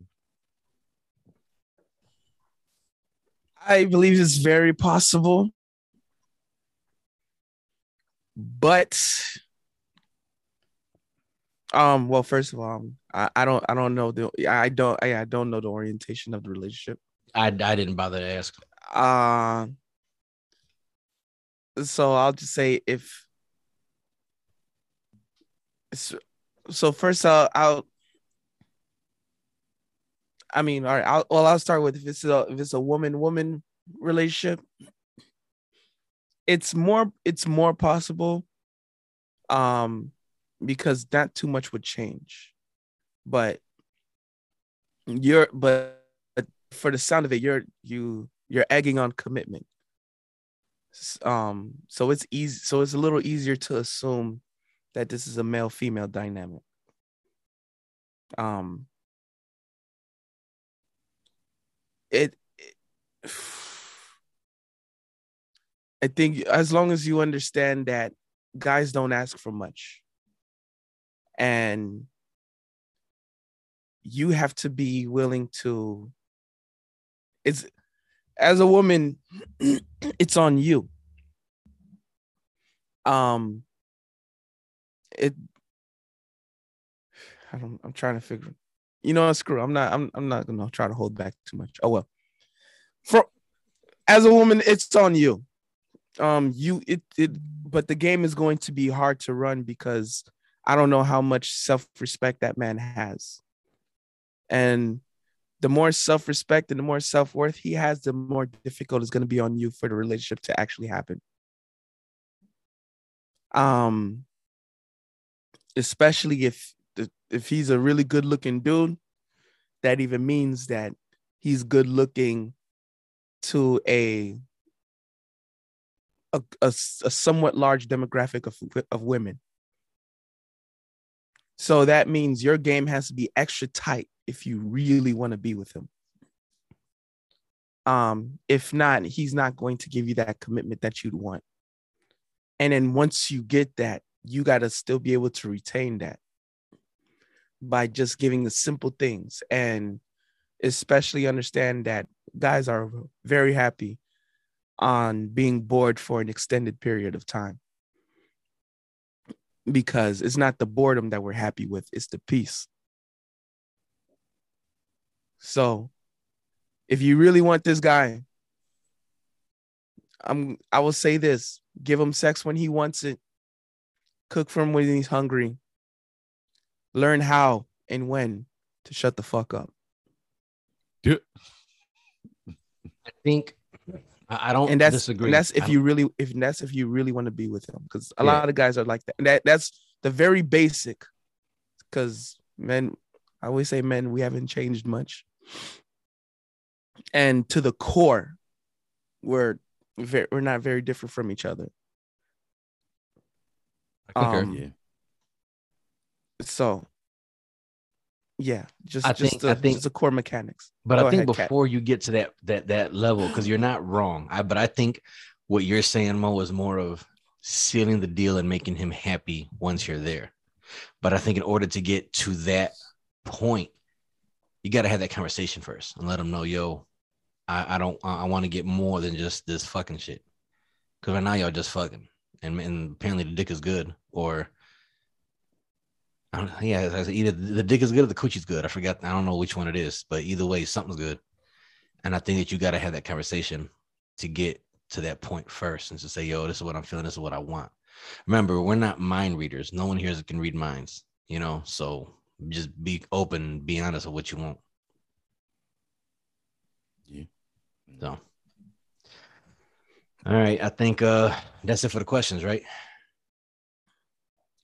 Speaker 8: I believe it's very possible. But um, well, first of all, I, I don't I don't know the I don't I, I don't know the orientation of the relationship.
Speaker 2: I, I didn't bother to ask.
Speaker 8: Uh, so I'll just say if so, so first I'll, I'll I mean all right I'll well I'll start with if it's a if it's a woman woman relationship it's more it's more possible um because not too much would change but you're but but for the sound of it you're you you're egging on commitment S- um so it's easy so it's a little easier to assume that this is a male female dynamic um it, it i think as long as you understand that guys don't ask for much and you have to be willing to it's as a woman it's on you um it i don't i'm trying to figure you know what, screw it. i'm not i'm, I'm not gonna try to hold back too much oh well for as a woman it's on you um you it, it but the game is going to be hard to run because i don't know how much self-respect that man has and the more self-respect and the more self-worth he has the more difficult it's going to be on you for the relationship to actually happen um especially if the, if he's a really good looking dude that even means that he's good looking to a a, a s- a somewhat large demographic of, w- of women. So that means your game has to be extra tight if you really want to be with him. Um, if not, he's not going to give you that commitment that you'd want. And then once you get that, you got to still be able to retain that by just giving the simple things. And especially understand that guys are very happy on being bored for an extended period of time because it's not the boredom that we're happy with, it's the peace. So, if you really want this guy, I'm I will say this, give him sex when he wants it. Cook for him when he's hungry. Learn how and when to shut the fuck up.
Speaker 3: Dude,
Speaker 2: I think I I don't
Speaker 8: and that's
Speaker 2: Oh, disagree.
Speaker 8: and that's if
Speaker 2: I
Speaker 8: you really if that's if you really want to be with him because a
Speaker 2: Yeah.
Speaker 8: lot of guys are like that. And that that's the very basic because men I always say men we haven't changed much and to the core we're very, we're not very different from each other
Speaker 2: I concur.
Speaker 8: um,
Speaker 3: yeah.
Speaker 8: so yeah just
Speaker 2: I
Speaker 8: just,
Speaker 2: think-
Speaker 8: the,
Speaker 2: I think-
Speaker 8: just the core mechanics
Speaker 2: But
Speaker 8: Go
Speaker 2: I think
Speaker 8: ahead, Kat.
Speaker 2: before you get to that that that level, because you're not wrong. I but I think what you're saying, Mo, is more of sealing the deal and making him happy once you're there. But I think in order to get to that point, you got to have that conversation first and let him know, yo, I, I don't, I, I want to get more than just this fucking shit. Because right now y'all just fucking, and, and apparently the dick is good, or I don't, yeah, it's- it's either the dick is good or the coochie's good. I forgot, I don't know which one it is, but either way, something's good. And I think that you got to have that conversation to get to that point first, and to say, yo, this is what I'm feeling, this is what I want. Remember, we're not mind readers. No one here can read minds, you know. So just be open, be honest with what you want.
Speaker 3: Yeah.
Speaker 2: So. All right, I think uh that's it for the questions, right?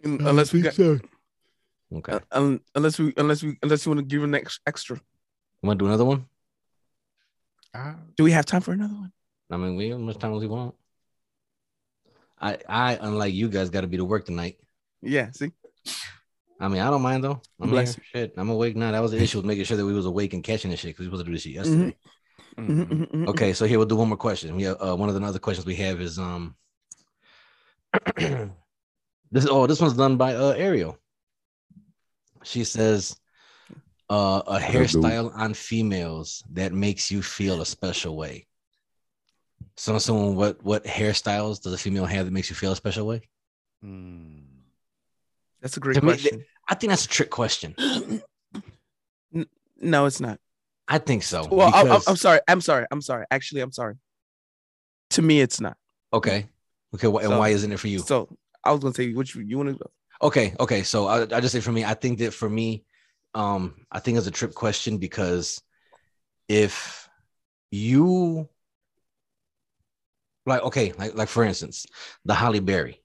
Speaker 8: Un- unless we got
Speaker 2: Okay.
Speaker 8: uh, um, unless we unless we unless you want to give an ex- extra
Speaker 2: You want to do another one?
Speaker 3: I-
Speaker 8: do we have time for another one
Speaker 2: I mean, we as much time as we want. I I unlike you guys got to be to work tonight.
Speaker 8: yeah see
Speaker 2: I mean, I don't mind though. I'm
Speaker 8: Bless
Speaker 2: here. Shit, I'm awake now. That was the issue with making sure that we was awake and catching this shit because we supposed to do this shit yesterday.
Speaker 8: Mhm,
Speaker 3: Mhm.
Speaker 8: mhm, mhm, mhm.
Speaker 2: Mm-hmm, Okay, so here we'll do one more question. We have, uh, one of the other questions we have is um, this oh this one's done by uh, Ariel. She says, uh, a
Speaker 3: up, dude?
Speaker 2: hairstyle on females that makes you feel a special way. So, someone, what what hairstyles does a female have that makes you feel a special way?
Speaker 3: Mm.
Speaker 8: that's a great
Speaker 2: To me, th-
Speaker 8: question
Speaker 2: I think that's a trick question.
Speaker 8: no it's not
Speaker 2: I think so.
Speaker 8: Well, I, am
Speaker 2: because-
Speaker 8: I'm sorry. I'm sorry. I'm sorry. Actually, I'm sorry. To me, it's not.
Speaker 2: okay, okay, wh- and
Speaker 8: So-
Speaker 2: why isn't it for you?
Speaker 8: So I was gonna say, which you want to?
Speaker 2: Okay, okay. So I, I just say for me, I think that for me, um, I think it's a trip question because if you like, okay, like like for instance, the Holly Berry,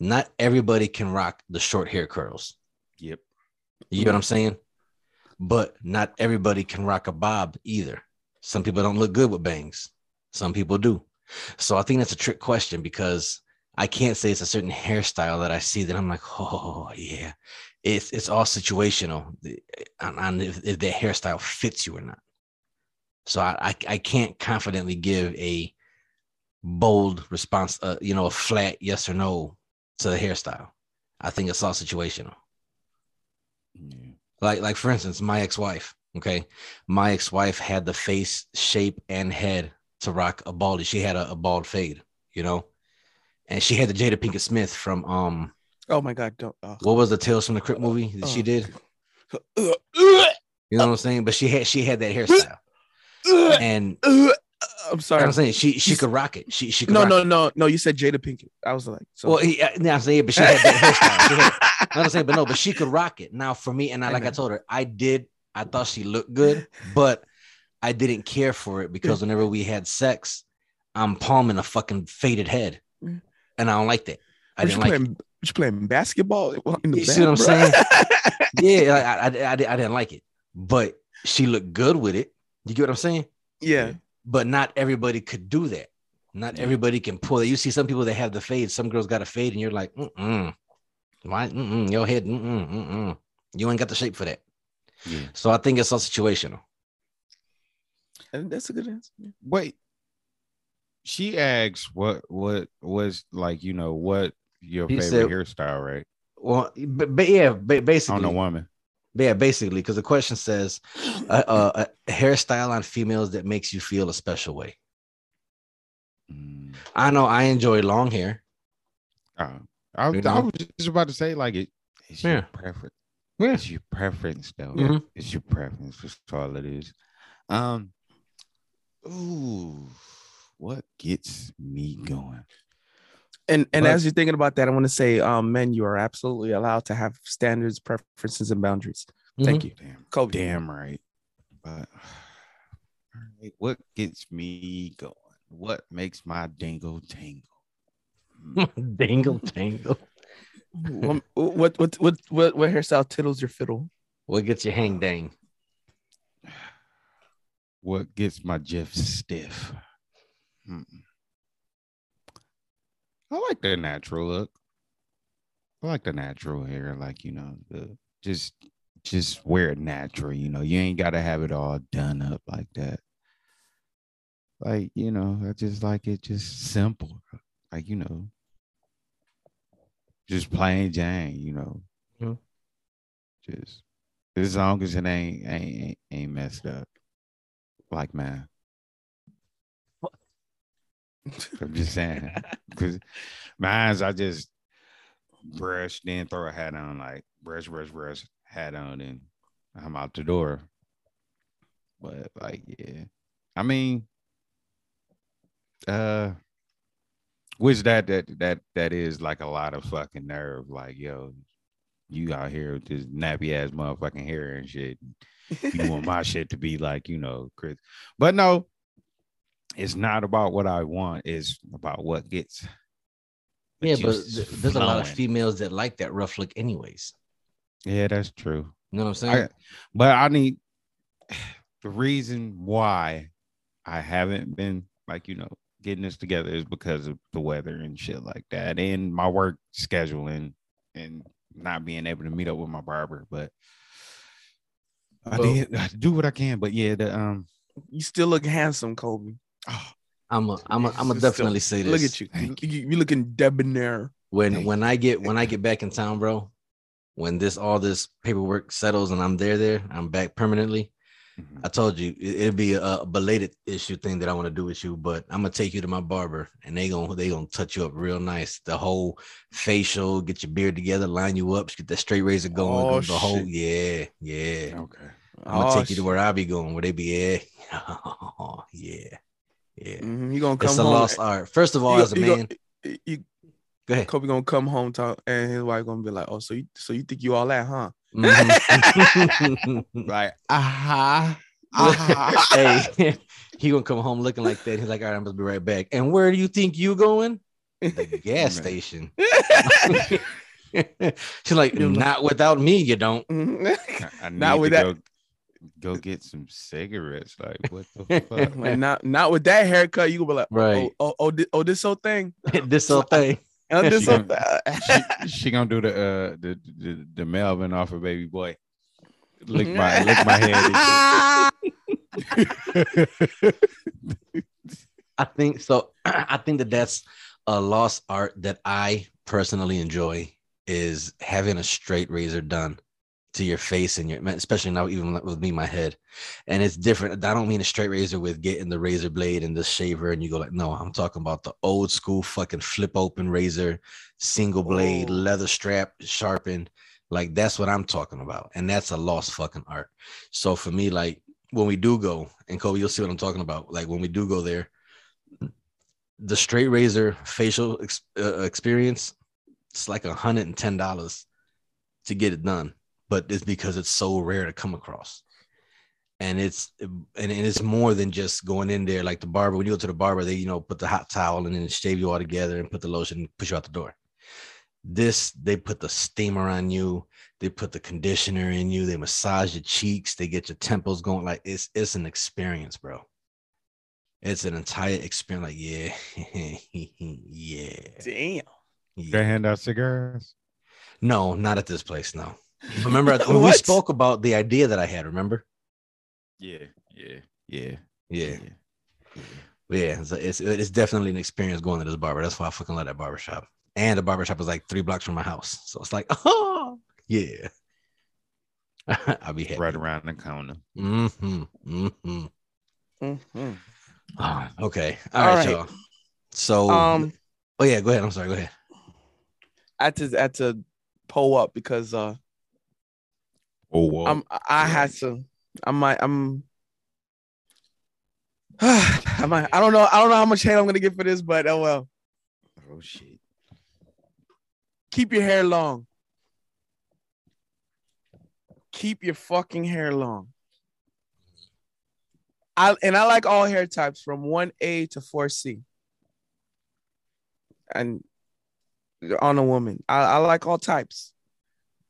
Speaker 2: not everybody can rock the short hair curls.
Speaker 3: Yep.
Speaker 2: You get what I'm saying? But not everybody can rock a bob either. Some people don't look good with bangs. Some people do. So I think that's a trick question because I can't say it's a certain hairstyle that I see that I'm like, oh yeah, it's it's all situational the- on, on if, if that hairstyle fits you or not. So I I, I can't confidently give a bold response, uh, you know, a flat yes or no to the hairstyle. I think it's all situational.
Speaker 3: Yeah.
Speaker 2: Like like for instance, my ex wife. Okay, my ex wife had the face shape and head to rock a baldy. She had a, a bald fade, you know, and she had the Jada Pinkett Smith from um
Speaker 8: Oh my God! Don't. Oh.
Speaker 2: what was the Tales from the Crypt movie that she
Speaker 8: Oh,
Speaker 2: did?
Speaker 8: Ugh,
Speaker 2: You know what I'm saying? But she had she had that hairstyle,
Speaker 8: ugh,
Speaker 2: and
Speaker 8: ugh. I'm
Speaker 2: I'm
Speaker 8: sorry.
Speaker 2: saying she she could rock it. She she could
Speaker 8: No,
Speaker 2: rock
Speaker 8: no,
Speaker 2: It.
Speaker 8: no, no. You said Jada Pinkett. I was like, so.
Speaker 2: Well, uh, yeah, I'm saying, but she had that hairstyle. She had- You know what I'm saying, but no, but she could rock it. Now for me, and I,
Speaker 8: I
Speaker 2: like I
Speaker 8: know.
Speaker 2: told her, I did. I thought she looked good, but I didn't care for it because whenever we had sex, I'm palming a fucking faded head, and I don't like that. I
Speaker 8: Was she
Speaker 2: didn't like.
Speaker 8: playing, was she playing basketball in the
Speaker 2: You see what
Speaker 8: back,
Speaker 2: I'm
Speaker 8: bruh?
Speaker 2: it. Yeah, like, I, I, I, di- I didn't like it, but she looked good with it. You get what I'm saying?
Speaker 8: yeah.
Speaker 2: But not everybody could do that. Not
Speaker 3: Yeah.
Speaker 2: everybody can pull it. You see some people that have the fade. Some girls got a fade, and you're like, mm-mm. why? Mm-mm, your head, mm-mm, mm-mm. you ain't got the shape for that.
Speaker 3: Yeah.
Speaker 2: So I think it's all situational.
Speaker 8: And that's a good answer.
Speaker 3: Wait. She asks what what was like, you know, what your
Speaker 2: He
Speaker 3: favorite
Speaker 2: said-
Speaker 3: hairstyle, right?
Speaker 2: Well, but, but yeah, but basically,
Speaker 3: On a woman.
Speaker 2: Yeah, basically, because the question says, uh, uh, a hairstyle on females that makes you feel a special way.
Speaker 3: Mm.
Speaker 2: I know I enjoy long hair.
Speaker 3: Uh, I,
Speaker 2: You
Speaker 3: I
Speaker 2: know?
Speaker 3: was just about to say, like, it, it's your
Speaker 2: Yeah.
Speaker 3: preference.
Speaker 2: Yeah.
Speaker 3: It's your preference, though.
Speaker 2: Mhm.
Speaker 3: It's your preference. That's all it is. Um, ooh, what gets me going?
Speaker 8: And and
Speaker 2: But-
Speaker 8: as you're thinking about that, I want to say, um, men, you are absolutely allowed to have standards, preferences, and boundaries.
Speaker 2: Mm-hmm.
Speaker 8: Thank you,
Speaker 3: Damn,
Speaker 8: Kobe.
Speaker 3: damn right. But all right, what gets me going? What makes my dingle tangle?
Speaker 2: Dingle tangle.
Speaker 8: what, what what what what what hairstyle tittles your fiddle?
Speaker 2: What gets you hang dang?
Speaker 3: What gets my Jeff stiff? Mm. I like the natural look. I like the natural hair, like you know, the just just wear it natural. You know, you ain't gotta have it all done up like that. Like you know, I just like it just simple, like you know, just plain Jane. You know,
Speaker 2: Mhm.
Speaker 3: just as long as it ain't ain't ain't, ain't messed up like man. I'm just saying, because mine's I just brush, then throw a hat on, like brush, brush, brush, hat on, and I'm out the door. But like, yeah, I mean, uh, which that that that that is like a lot of fucking nerve. Like, yo, you out here with this nappy ass motherfucking hair and shit you want my shit to be like, you know, Chris. But no, it's not about what I want. It's about what gets. the
Speaker 2: Yeah, but
Speaker 3: juices
Speaker 2: th- there's a lot of
Speaker 3: flowing.
Speaker 2: females that like that rough look, anyways.
Speaker 3: Yeah, that's true.
Speaker 2: You know what I'm saying?
Speaker 3: I, but I need the reason why I haven't been like you know getting this together is because of the weather and shit like that, and my work schedule and and not being able to meet up with my barber. But I
Speaker 2: Well-
Speaker 3: did I do what I can. But yeah, the um.
Speaker 8: You still look handsome, Kobe.
Speaker 3: oh,
Speaker 2: I'm a, I'm a, I'm a
Speaker 8: It's still-
Speaker 2: definitely say this.
Speaker 8: Look at you.
Speaker 3: Thank
Speaker 8: you. You looking debonair.
Speaker 2: when
Speaker 3: Thank
Speaker 2: when I get when I get back in town, bro. When this all this paperwork settles and I'm there, there I'm back permanently.
Speaker 3: mhm.
Speaker 2: I told you it, it'd be a, a belated issue thing that I want to do with you, but I'm gonna take you to my barber and they gonna they gonna touch you up real nice. The whole facial, get your beard together, line you up, get that straight razor going.
Speaker 8: Oh,
Speaker 2: the whole
Speaker 8: shit.
Speaker 2: yeah, yeah.
Speaker 3: Okay.
Speaker 2: I'm gonna
Speaker 8: Oh,
Speaker 2: take you to where I be going, where they be yeah, yeah, yeah.
Speaker 8: shit. Mhm, You gonna come
Speaker 2: It's a
Speaker 8: home.
Speaker 2: lost art. First of all,
Speaker 8: You-
Speaker 2: as a
Speaker 8: you go-
Speaker 2: man,
Speaker 8: you,
Speaker 2: go ahead.
Speaker 8: Kobe gonna come home talk, and his wife gonna be like, "Oh, so you so you think you all that, huh?"
Speaker 2: Mhm.
Speaker 8: Mm-hmm.
Speaker 3: Right. Aha.
Speaker 2: hey, he gonna come home looking like that. He's like, all right, I'm gonna be right back. And where do you think you going? The gas
Speaker 3: Right.
Speaker 2: station. She's like,
Speaker 8: You're like-
Speaker 2: not without me, you don't.
Speaker 8: Mhm.
Speaker 3: I need
Speaker 8: Not
Speaker 3: to
Speaker 8: with
Speaker 3: go, go get some cigarettes. Like what the fuck?
Speaker 8: like, not not with that haircut. You gonna be like,
Speaker 2: Right.
Speaker 8: "Oh, oh, oh, thi- oh this whole thing,
Speaker 2: this whole thing.
Speaker 8: oh, this
Speaker 3: She
Speaker 8: whole
Speaker 3: gonna-
Speaker 8: thing."
Speaker 3: she, she gonna do the uh the, the the Melvin off of Baby Boy. Lick my lick my head.
Speaker 2: I think so. I think that that's a lost art that I personally enjoy is having a straight razor done to your face and your, especially now even with me, my head. And it's different. I don't mean a straight razor with getting the razor blade and the shaver and you go like, no, I'm talking about the old school fucking flip open razor, single blade,
Speaker 8: Oh.
Speaker 2: leather strap, sharpened. Like that's what I'm talking about. And that's a lost fucking art. So for me, like when we do go, and Kobe, you'll see what I'm talking about. Like when we do go there, the straight razor facial ex- uh, experience, it's like hundred and ten dollars to get it done, but it's because it's so rare to come across, and it's and, and it's more than just going in there like the barber. When you go to the barber, they you know put the hot towel and then shave you all together and put the lotion, and push you out the door. This they put the steamer on you, they put the conditioner in you, they massage your cheeks, they get your temples going. Like it's it's an experience, bro it's an entire experience. Like, yeah, yeah,
Speaker 8: Damn.
Speaker 2: yeah.
Speaker 3: They hand out cigars.
Speaker 2: No, not at this place. No. Remember I- when we
Speaker 8: What?
Speaker 2: spoke about the idea that I had. Remember?
Speaker 3: Yeah, yeah, yeah,
Speaker 2: Yeah, yeah. It's it's, it's definitely an experience going to this barber. That's why I fucking love that barber shop. And the barber shop is like three blocks from my house, so it's like, oh yeah. I'll be happy.
Speaker 3: right around the corner.
Speaker 2: Mm-hmm. Mm-hmm.
Speaker 8: Mhm.
Speaker 2: Ah, okay.
Speaker 8: All
Speaker 2: All right,
Speaker 8: right.
Speaker 2: y'all. So,
Speaker 8: Um,
Speaker 2: oh yeah, go ahead. I'm sorry. Go ahead.
Speaker 8: I had to I had to pull up because uh
Speaker 3: Oh, whoa.
Speaker 8: I'm I had to I might I'm I might I don't know I don't know how much hate I'm gonna get for this, but oh well.
Speaker 3: oh shit.
Speaker 8: Keep your hair long. Keep your fucking hair long. I and I like all hair types from 1A to 4C. And on a woman. I, I like all types.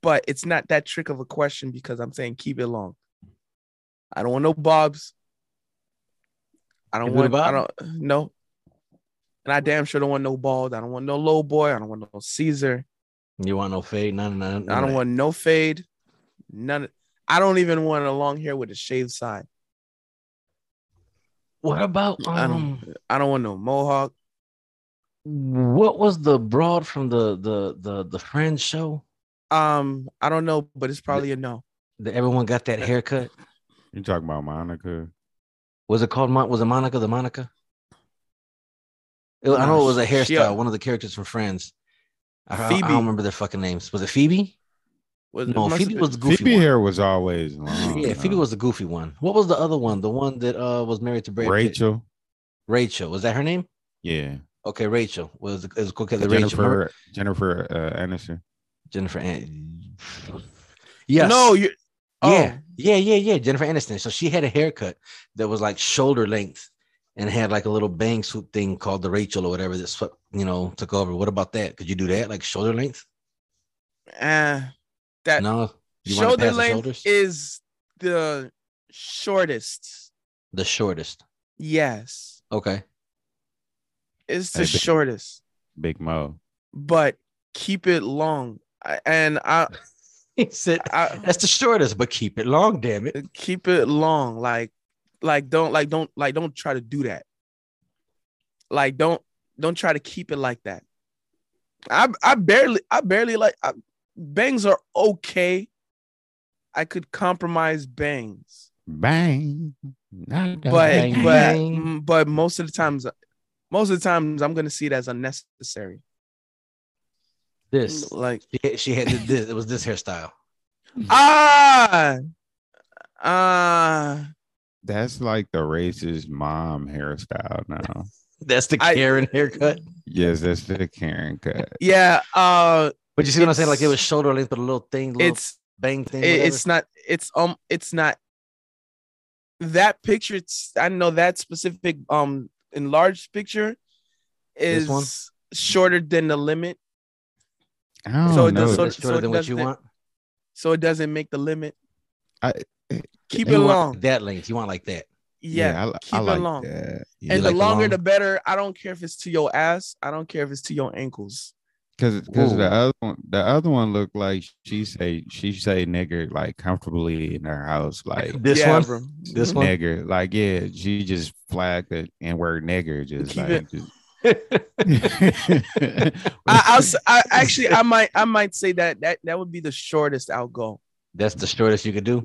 Speaker 8: But it's not that trick of a question because I'm saying keep it long. I don't want no bobs. I don't
Speaker 2: You good
Speaker 8: want I
Speaker 2: about
Speaker 8: don't no. And I damn sure don't want no bald. I don't want no low boy. I don't want no Caesar.
Speaker 2: You want no fade? No, no, no.
Speaker 8: I don't want no fade. None. I don't even want a long hair with a shaved side.
Speaker 2: What about
Speaker 8: I
Speaker 2: um?
Speaker 8: don't. I don't want no mohawk.
Speaker 2: What was the broad from the the the the Friends show
Speaker 8: Um, I don't know, but it's probably a no.
Speaker 2: that everyone got that haircut?
Speaker 3: You talking about Monica?
Speaker 2: Was it called? Mon- Was it Monica? The Monica? It- I know it was a
Speaker 8: No,
Speaker 2: hairstyle.
Speaker 8: she-
Speaker 2: one of the characters from Friends. I, I- I
Speaker 8: Phoebe.
Speaker 2: don't remember their fucking names. Was it Phoebe?
Speaker 8: Was, it
Speaker 2: No,
Speaker 8: must
Speaker 2: Phoebe
Speaker 8: have
Speaker 2: was the goofy
Speaker 3: Phoebe
Speaker 2: one.
Speaker 3: hair was always long.
Speaker 2: yeah, Phoebe
Speaker 3: huh?
Speaker 2: was the goofy one. What was the other one? The one that uh was married to Brad Pitt?
Speaker 3: Rachel.
Speaker 2: Rachel was that her name?
Speaker 3: Yeah,
Speaker 2: Okay, Rachel was is okay. The Rachel remember?
Speaker 3: Jennifer. Jennifer uh, Anderson.
Speaker 2: Jennifer. An-
Speaker 8: been-
Speaker 2: yes.
Speaker 8: No, you. Oh,
Speaker 2: Yeah. Yeah. Yeah. Yeah. Jennifer Aniston. So she had a haircut that was like shoulder length and had like a little bang swoop thing called the Rachel or whatever that swept, you know, took over. What about that? Could you do that? Like shoulder length?
Speaker 8: eh, that
Speaker 2: No. You wanna
Speaker 8: shoulder
Speaker 2: pass the
Speaker 8: length
Speaker 2: shoulders?
Speaker 8: is the shortest.
Speaker 2: the shortest.
Speaker 8: Yes,
Speaker 2: Okay.
Speaker 8: it's the
Speaker 3: Hey, babe.
Speaker 8: shortest.
Speaker 3: Big Mo.
Speaker 8: But keep it long, I- and I
Speaker 2: He said
Speaker 8: I-
Speaker 2: that's the shortest, but keep it long, damn it.
Speaker 8: keep it long like like don't like don't like don't try to do that like don't don't try to keep it like that i i barely i barely like I, bangs are okay i could compromise bangs
Speaker 3: Bang. Not the
Speaker 8: but
Speaker 3: bang.
Speaker 8: but mm, but most of the times most of the times i'm gonna see it as unnecessary
Speaker 2: This
Speaker 8: like
Speaker 2: she, she had this. It was this hairstyle.
Speaker 3: Mm-hmm.
Speaker 8: ah ah
Speaker 3: that's like the racist mom hairstyle now.
Speaker 2: That's the
Speaker 8: I-
Speaker 2: Karen haircut.
Speaker 3: yes, that's the Karen cut.
Speaker 8: yeah uh
Speaker 2: But you see what I'm saying? Like it
Speaker 8: It's-
Speaker 2: was shoulder length, but a little thing, little
Speaker 8: it's
Speaker 2: bang thing.
Speaker 8: it-
Speaker 2: whatever.
Speaker 8: it's not it's um it's not that picture it's, i know that specific um enlarged picture
Speaker 2: This
Speaker 8: is
Speaker 2: one?
Speaker 8: shorter than the limit
Speaker 3: I don't
Speaker 8: So it
Speaker 3: know.
Speaker 8: does- so-
Speaker 2: That's shorter
Speaker 8: it
Speaker 2: than what you
Speaker 8: doesn't-
Speaker 2: want.
Speaker 8: so it doesn't make the limit
Speaker 3: I-
Speaker 8: keep
Speaker 2: You
Speaker 8: it
Speaker 2: want
Speaker 8: long
Speaker 2: That length. You want like that.
Speaker 8: yeah,
Speaker 3: I, li-
Speaker 8: keep
Speaker 3: I
Speaker 8: it
Speaker 3: like
Speaker 8: long
Speaker 3: that.
Speaker 8: and
Speaker 2: like
Speaker 8: the
Speaker 2: the
Speaker 8: longer
Speaker 2: long-
Speaker 8: the better i don't care if it's to your ass i don't care if it's to your ankles
Speaker 3: Cause, cause
Speaker 2: Ooh.
Speaker 3: the other one, the other one looked like she say she say nigger like comfortably in her house like
Speaker 2: This
Speaker 8: yeah,
Speaker 2: one.
Speaker 8: bro. Mm-hmm.
Speaker 2: This one.
Speaker 3: nigger like yeah she just flagged the n word nigger just
Speaker 8: Keep
Speaker 3: like
Speaker 8: it-
Speaker 3: just-
Speaker 8: I, I'll, s- I actually i might i might say that that that would be the shortest i'll go
Speaker 2: That's the shortest you could do.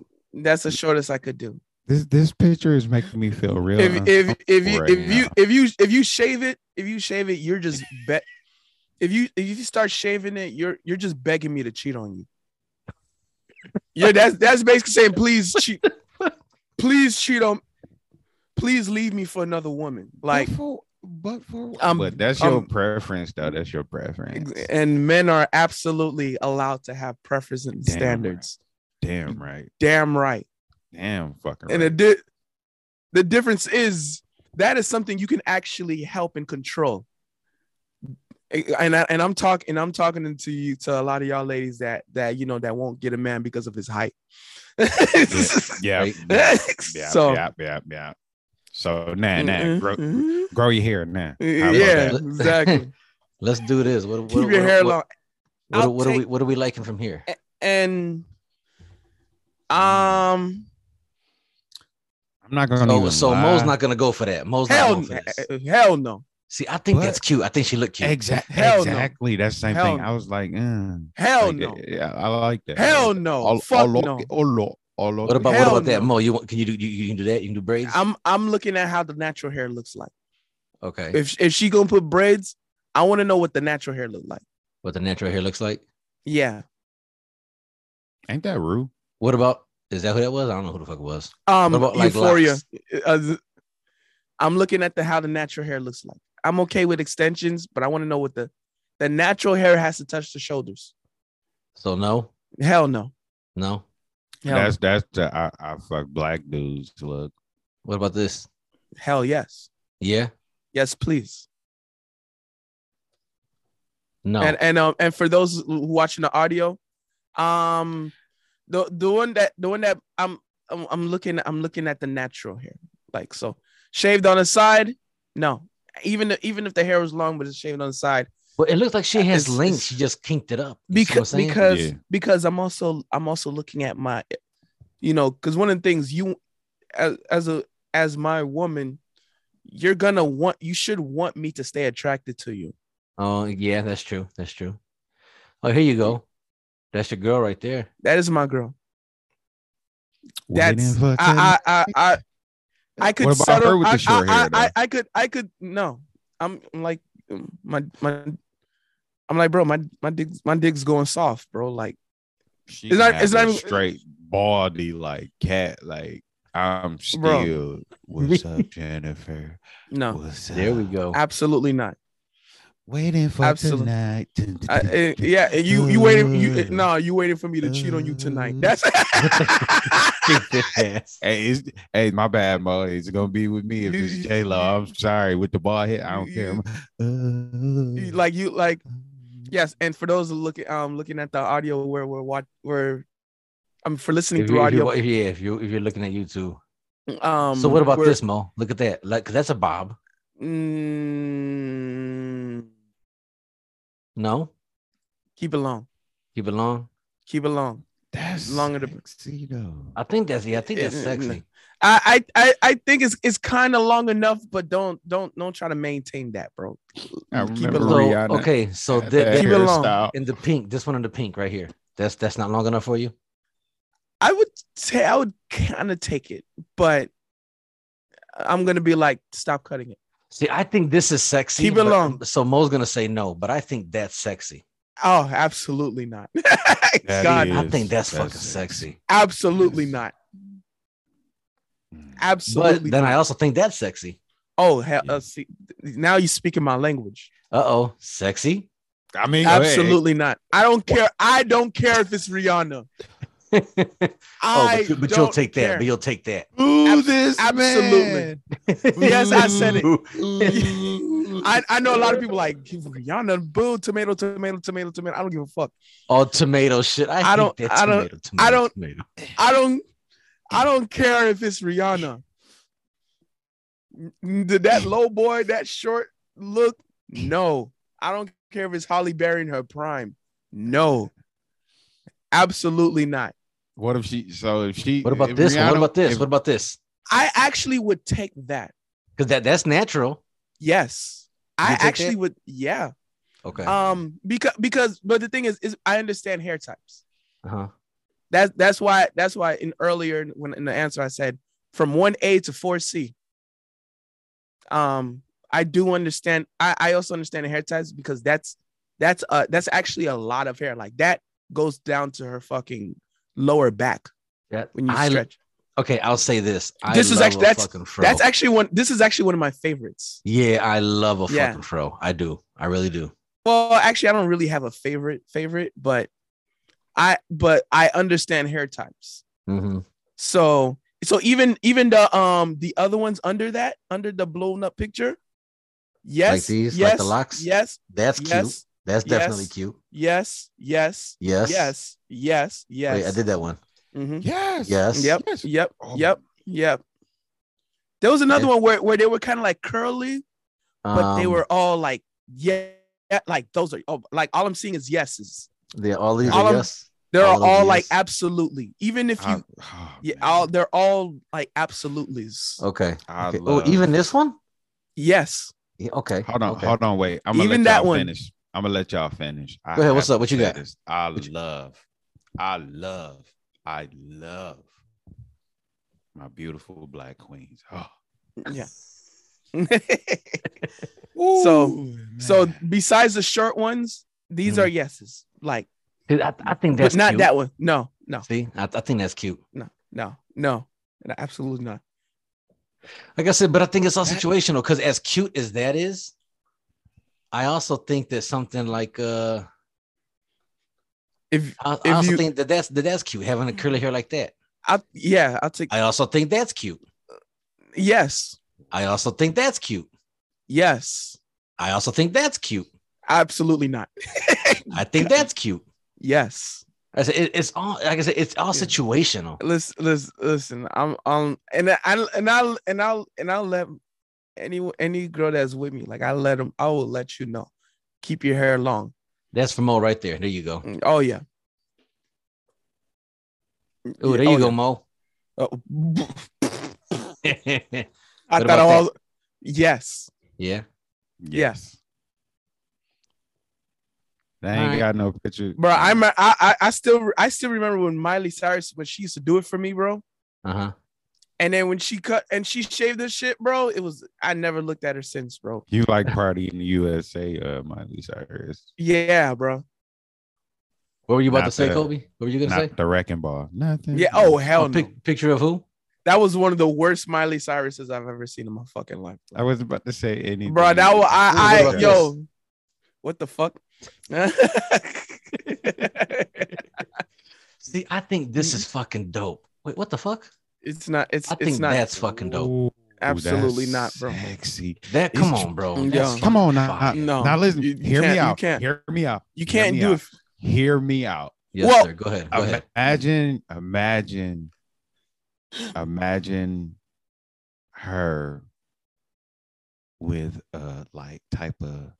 Speaker 8: that's the shortest i could do
Speaker 3: this this picture is making me feel real
Speaker 8: if if if you
Speaker 3: right
Speaker 8: if you
Speaker 3: now.
Speaker 8: if you if you shave it if you shave it you're just bet if you if you start shaving it you're you're just begging me to cheat on you yeah that's that's basically saying please cheat please cheat on please leave me for another woman like
Speaker 3: but for, but for
Speaker 8: Um,
Speaker 3: but that's your
Speaker 8: um,
Speaker 3: preference though that's your preference
Speaker 8: and men are absolutely allowed to have preferences and
Speaker 3: Damn right.
Speaker 8: standards
Speaker 3: damn right
Speaker 8: damn right
Speaker 3: damn fucking
Speaker 8: and
Speaker 3: right.
Speaker 8: the di- the difference is that is something you can actually help and control. And I, and I'm talking and I'm talking to you to a lot of y'all ladies that that you know that won't get a man because of his height.
Speaker 3: yeah
Speaker 2: Right.
Speaker 3: yeah yeah,
Speaker 8: so
Speaker 3: yeah yeah yeah so nah nah
Speaker 8: Mhm,
Speaker 3: grow,
Speaker 8: mhm.
Speaker 3: grow your hair now
Speaker 8: yeah, exactly.
Speaker 2: Let's do this. What, what,
Speaker 8: Keep
Speaker 2: what,
Speaker 8: your hair
Speaker 2: what,
Speaker 8: long
Speaker 2: What,
Speaker 8: I'll
Speaker 2: what are we?
Speaker 8: take- Eh,
Speaker 2: What are we liking from here?
Speaker 8: and um
Speaker 3: I'm not gonna
Speaker 2: So,
Speaker 3: even
Speaker 2: so
Speaker 3: lie.
Speaker 2: Mo's not gonna go for that. Mo's not
Speaker 8: hell eh,
Speaker 2: going for this.
Speaker 8: hell no
Speaker 2: See, I think
Speaker 3: What?
Speaker 2: that's cute. I think she looked cute.
Speaker 3: Exactly.
Speaker 8: Hell no.
Speaker 3: exactly. That's the same
Speaker 8: Hell
Speaker 3: thing.
Speaker 8: no.
Speaker 3: I was like, mm.
Speaker 8: Hell
Speaker 3: Like, eh,
Speaker 8: no.
Speaker 3: Yeah, I like that.
Speaker 8: Hell no. Fuck no.
Speaker 2: What about
Speaker 8: Hell
Speaker 2: what about that
Speaker 8: no.
Speaker 2: Mo? You want? Can you do? You, you can do that. You can do braids.
Speaker 8: I'm I'm looking at how the natural hair looks like.
Speaker 2: okay.
Speaker 8: If if she gonna put braids, I want to know what the natural hair look like.
Speaker 2: what the natural hair looks like.
Speaker 8: Yeah.
Speaker 3: Ain't that rude?
Speaker 2: What about? Is that who that was? I don't know who the fuck it was.
Speaker 8: Um.
Speaker 2: What about, like,
Speaker 8: Euphoria.
Speaker 2: locks?
Speaker 8: Uh, th- I'm looking at the how the natural hair looks like. I'm okay with extensions, but I want to know what the the natural hair has to touch the shoulders.
Speaker 2: So no,
Speaker 8: Hell no.
Speaker 2: no.
Speaker 8: Hell,
Speaker 3: That's that's the I, I fuck black dudes look.
Speaker 2: What about this?
Speaker 8: hell yes.
Speaker 2: Yeah,
Speaker 8: Yes, please.
Speaker 2: no.
Speaker 8: And and um and for those who watching the audio, um, the the one that the one that I'm I'm, I'm looking I'm looking at the natural hair, like so shaved on the side. No, even even if the hair was long but it's shaved on the side,
Speaker 2: but it looks like she has
Speaker 8: uh, it's-
Speaker 2: links.
Speaker 8: it's-
Speaker 2: She just kinked it up. You see what
Speaker 8: because
Speaker 2: I'm saying?
Speaker 8: because
Speaker 3: Yeah.
Speaker 8: because I'm also I'm also looking at my, you know, because one of the things you as as a as my woman, you're gonna want you should want me to stay attracted to you.
Speaker 2: Oh yeah, that's true. That's true. Oh, here you go. That's your girl right there.
Speaker 8: That is my girl.
Speaker 3: Waiting
Speaker 8: That's
Speaker 3: for
Speaker 8: I I I I, I could
Speaker 3: What about
Speaker 8: settle.
Speaker 3: her with
Speaker 8: I,
Speaker 3: the short
Speaker 8: I,
Speaker 3: hair,
Speaker 8: I, I,
Speaker 3: though?
Speaker 8: I could I could no. I'm, I'm like mm, my my. I'm like, bro, my my dick's my dick's going soft, bro. Like,
Speaker 3: She
Speaker 8: It's not- it's
Speaker 3: have a
Speaker 8: not even-
Speaker 3: straight baldy like cat. Like I'm still.
Speaker 8: Bro.
Speaker 3: What's up, Jennifer?
Speaker 8: no,
Speaker 3: What's
Speaker 2: There we
Speaker 3: up?
Speaker 2: go.
Speaker 8: absolutely not.
Speaker 3: Waiting for
Speaker 8: Absolute-
Speaker 3: tonight.
Speaker 8: I, eh, yeah, and you you waiting you
Speaker 3: Mm.
Speaker 8: no, you waiting for me to cheat on you tonight. That's
Speaker 3: Hey, it's, hey, my bad, Mo. It's gonna be with me if
Speaker 8: You-
Speaker 3: it's
Speaker 8: you-
Speaker 3: J Lo. I'm sorry with the ball hit. I don't
Speaker 8: you-
Speaker 3: care. Uh,
Speaker 8: you-
Speaker 3: I'm-
Speaker 8: like you like yes, and for those who looking um looking at the audio where we're watch where I'm for listening
Speaker 2: If
Speaker 8: through
Speaker 2: you, if you,
Speaker 8: audio.
Speaker 2: wa- if you- if you if you're looking at YouTube.
Speaker 8: Um
Speaker 2: so what about
Speaker 8: we're-
Speaker 2: this, Mo? Look at that. Like 'cause that's a bob.
Speaker 8: Mm,
Speaker 2: No,
Speaker 8: keep it long.
Speaker 2: keep it long.
Speaker 8: Keep it long.
Speaker 3: That's
Speaker 8: Longer to-
Speaker 3: sexy though.
Speaker 2: I think that's yeah. I think that's
Speaker 8: Eh, eh,
Speaker 2: sexy.
Speaker 8: I I I, I think it's it's kind of long enough, but don't don't don't try to maintain that, bro.
Speaker 3: I
Speaker 8: Keep it
Speaker 3: remember
Speaker 8: low.
Speaker 2: So,
Speaker 3: Rihanna
Speaker 2: okay, so
Speaker 3: had
Speaker 2: thi-
Speaker 3: that
Speaker 8: Keep it
Speaker 2: thi-
Speaker 8: long.
Speaker 3: hairstyle.
Speaker 2: in the pink, this one in the pink right here. That's that's not long enough for you.
Speaker 8: I would say I would kind of take it, but I'm gonna be like, stop cutting it.
Speaker 2: See, I think this is sexy.
Speaker 8: Keep it
Speaker 2: but-
Speaker 8: long.
Speaker 2: So Mo's gonna say no, but I think that's sexy.
Speaker 8: Oh, absolutely not.
Speaker 3: That
Speaker 8: God,
Speaker 3: is-
Speaker 2: I think that's,
Speaker 3: That's
Speaker 2: fucking
Speaker 3: sexy.
Speaker 2: sexy.
Speaker 8: absolutely not.
Speaker 3: Mm.
Speaker 8: Absolutely.
Speaker 2: But then
Speaker 8: not.
Speaker 2: I also think that's sexy.
Speaker 8: oh, hell,
Speaker 3: Yeah.
Speaker 8: uh, see, now you're speaking my language.
Speaker 2: Uh oh, sexy.
Speaker 3: I mean, hey,
Speaker 8: Absolutely not. I don't care. I don't care if it's Rihanna.
Speaker 2: oh,
Speaker 8: I
Speaker 2: but, you, but you'll
Speaker 8: don't
Speaker 2: take that.
Speaker 8: care.
Speaker 2: But you'll take that.
Speaker 3: Ooh,
Speaker 8: Abs-
Speaker 3: this
Speaker 8: absolutely. Yes, I said it.
Speaker 3: man.
Speaker 8: I, I know a lot of people like Rihanna, boo, tomato, tomato, tomato, tomato. I don't give a fuck.
Speaker 2: Oh, tomato shit. I, hate
Speaker 8: don't-
Speaker 2: that
Speaker 8: I don't-
Speaker 2: Tomato, tomato,
Speaker 8: I don't-
Speaker 2: Tomato.
Speaker 8: I don't I don't care if it's Rihanna. Did that low boy, that short look? No. I don't care if it's Holly Berry in her prime. No. Absolutely not.
Speaker 3: What if she? So if she?
Speaker 2: What about
Speaker 3: if
Speaker 2: this? one?
Speaker 3: Rihanna-
Speaker 2: What about this?
Speaker 3: if-
Speaker 2: What about this?
Speaker 8: I actually would take that.
Speaker 2: Because that that's natural.
Speaker 8: Yes. I
Speaker 2: You take
Speaker 8: actually
Speaker 2: that?
Speaker 8: would yeah.
Speaker 2: Okay.
Speaker 8: Um because because but the thing is is I understand hair types.
Speaker 2: uh-huh.
Speaker 8: That's that's why that's why in earlier when in the answer I said from one A to four C. Um, I do understand. I I also understand the hair types because that's that's uh that's actually a lot of hair. Like that goes down to her fucking lower back
Speaker 2: That,
Speaker 8: when you
Speaker 2: I-
Speaker 8: stretch.
Speaker 2: Okay, I'll say this. I
Speaker 8: This is
Speaker 2: love
Speaker 8: actu-
Speaker 2: a
Speaker 8: that's-
Speaker 2: fucking fro.
Speaker 8: That's actually one. This is actually one of my favorites.
Speaker 2: yeah, I love a
Speaker 8: Yeah.
Speaker 2: fucking fro. I do. I really do.
Speaker 8: Well, actually, I don't really have a favorite favorite, but I but I understand hair types.
Speaker 2: Mhm.
Speaker 8: So so even even the um the other ones under that under the blown up picture, yes,
Speaker 2: these?
Speaker 8: yes,
Speaker 2: Like the locks?
Speaker 8: yes,
Speaker 2: That's cute.
Speaker 8: yes,
Speaker 2: That's definitely
Speaker 8: yes,
Speaker 2: cute.
Speaker 8: yes, yes,
Speaker 2: Yes.
Speaker 8: yes, yes, yes.
Speaker 2: Wait, I did that one.
Speaker 8: Mhm.
Speaker 3: Yes.
Speaker 2: Yes.
Speaker 8: Yep,
Speaker 3: Yes.
Speaker 8: yep,
Speaker 3: Oh.
Speaker 8: yep, yep. There was another
Speaker 2: Yeah.
Speaker 8: one where where they were kind of like curly, but they
Speaker 2: Um,
Speaker 8: were all like yeah, yeah, like those are oh, like all I'm seeing is yeses.
Speaker 2: They all these
Speaker 8: all
Speaker 2: are
Speaker 8: I'm-
Speaker 2: yes.
Speaker 8: They're
Speaker 2: All
Speaker 8: all,
Speaker 2: of
Speaker 8: like
Speaker 2: yes.
Speaker 8: absolutely. Even if you
Speaker 3: I, oh,
Speaker 8: yeah,
Speaker 3: man.
Speaker 8: all,
Speaker 2: Oh.
Speaker 8: they're all like absolutely's.
Speaker 2: Okay.
Speaker 3: I
Speaker 2: okay.
Speaker 3: love-
Speaker 2: oh, even this one.
Speaker 8: Yes.
Speaker 2: Yeah, okay.
Speaker 3: Hold on,
Speaker 2: okay.
Speaker 3: hold on, wait. I'm gonna
Speaker 8: Even
Speaker 3: let
Speaker 8: that
Speaker 3: y'all
Speaker 8: one.
Speaker 3: finish. I'm gonna let y'all finish. I
Speaker 2: Go ahead, what's
Speaker 3: have
Speaker 2: up? What
Speaker 3: to
Speaker 2: you
Speaker 3: say
Speaker 2: got?
Speaker 3: this. I love, I love, I love my beautiful black queens. Oh,
Speaker 8: Yeah. So-
Speaker 3: man.
Speaker 8: so besides the short ones, these
Speaker 2: Mhm.
Speaker 8: are yeses. Like,
Speaker 2: I, I think
Speaker 8: but
Speaker 2: that's
Speaker 8: not
Speaker 2: cute.
Speaker 8: that one. No, no,
Speaker 2: See, I, I think that's cute.
Speaker 8: no, no, no, no, absolutely not.
Speaker 2: Like I said, but I think it's all
Speaker 8: That-
Speaker 2: situational because as cute as that is, I also think that something like uh,
Speaker 8: If
Speaker 2: I, I
Speaker 8: If
Speaker 2: also
Speaker 8: you-
Speaker 2: think that that's that that's cute having a curly hair like that.
Speaker 8: I, yeah, I'll take
Speaker 2: I also think that's cute.
Speaker 8: yes,
Speaker 2: I also think that's cute.
Speaker 8: yes,
Speaker 2: I also think that's cute.
Speaker 8: absolutely not.
Speaker 2: I think that's cute.
Speaker 8: Yes,
Speaker 2: I said, it, it's all like I said, it's all
Speaker 8: Yeah.
Speaker 2: situational.
Speaker 8: listen, listen, listen. I'm, um, and I, and I'll, and I'll, and I'll let any any girl that's with me, like I let them, I will let you know. Keep your hair long.
Speaker 2: That's for Mo right there. There you go.
Speaker 8: Oh yeah.
Speaker 2: Ooh, there
Speaker 8: Oh,
Speaker 2: you go,
Speaker 8: yeah.
Speaker 2: Mo.
Speaker 8: Oh,
Speaker 2: yeah.
Speaker 8: I
Speaker 2: What
Speaker 8: thought I
Speaker 2: about
Speaker 8: was. Yes.
Speaker 3: yes. They ain't
Speaker 2: Alright.
Speaker 3: got no picture,
Speaker 8: Bro, I'm I, I I still I still remember when Miley Cyrus when she used to do it for me, bro.
Speaker 2: Uh huh.
Speaker 8: And then when she cut and she shaved this shit, bro, it was I never looked at her since, bro.
Speaker 3: You like party in the USA, uh, Miley Cyrus.
Speaker 8: Yeah, bro.
Speaker 2: What were you about
Speaker 3: Not
Speaker 2: to say,
Speaker 3: the-
Speaker 2: Kobe? What were you gonna say?
Speaker 3: Not the wrecking ball. Nothing.
Speaker 8: Yeah. Oh hell
Speaker 2: A
Speaker 8: no.
Speaker 2: pic- picture of who?
Speaker 8: That was one of the worst Miley Cyruses I've ever seen in my fucking life,
Speaker 3: I was about to say anything.
Speaker 8: bro. That was
Speaker 2: Ooh,
Speaker 8: I
Speaker 2: what
Speaker 8: I
Speaker 2: about
Speaker 8: yo. What the fuck?
Speaker 2: See, I think this is fucking dope. Mm-hmm. Wait, what the fuck?
Speaker 8: it's not. It's
Speaker 2: I
Speaker 8: it's
Speaker 2: think
Speaker 8: not.
Speaker 2: that's fucking dope.
Speaker 3: Ooh,
Speaker 8: absolutely
Speaker 3: that's
Speaker 8: not, bro.
Speaker 3: Sexy.
Speaker 2: That come
Speaker 3: It's-
Speaker 2: on, bro.
Speaker 8: Mm, Yeah.
Speaker 2: That's
Speaker 3: Come on now.
Speaker 2: fucking fire.
Speaker 8: No.
Speaker 3: Now listen.
Speaker 8: You- you
Speaker 3: hear
Speaker 8: can't-
Speaker 3: me
Speaker 8: you
Speaker 3: out.
Speaker 8: can't.
Speaker 3: Hear me out.
Speaker 8: You
Speaker 3: Hear
Speaker 8: can't
Speaker 3: me
Speaker 8: do
Speaker 3: out.
Speaker 8: it.
Speaker 3: Hear me out.
Speaker 2: Yes,
Speaker 8: Well-
Speaker 2: sir. Go ahead. Go ahead.
Speaker 3: Imagine, imagine, imagine her with a like type of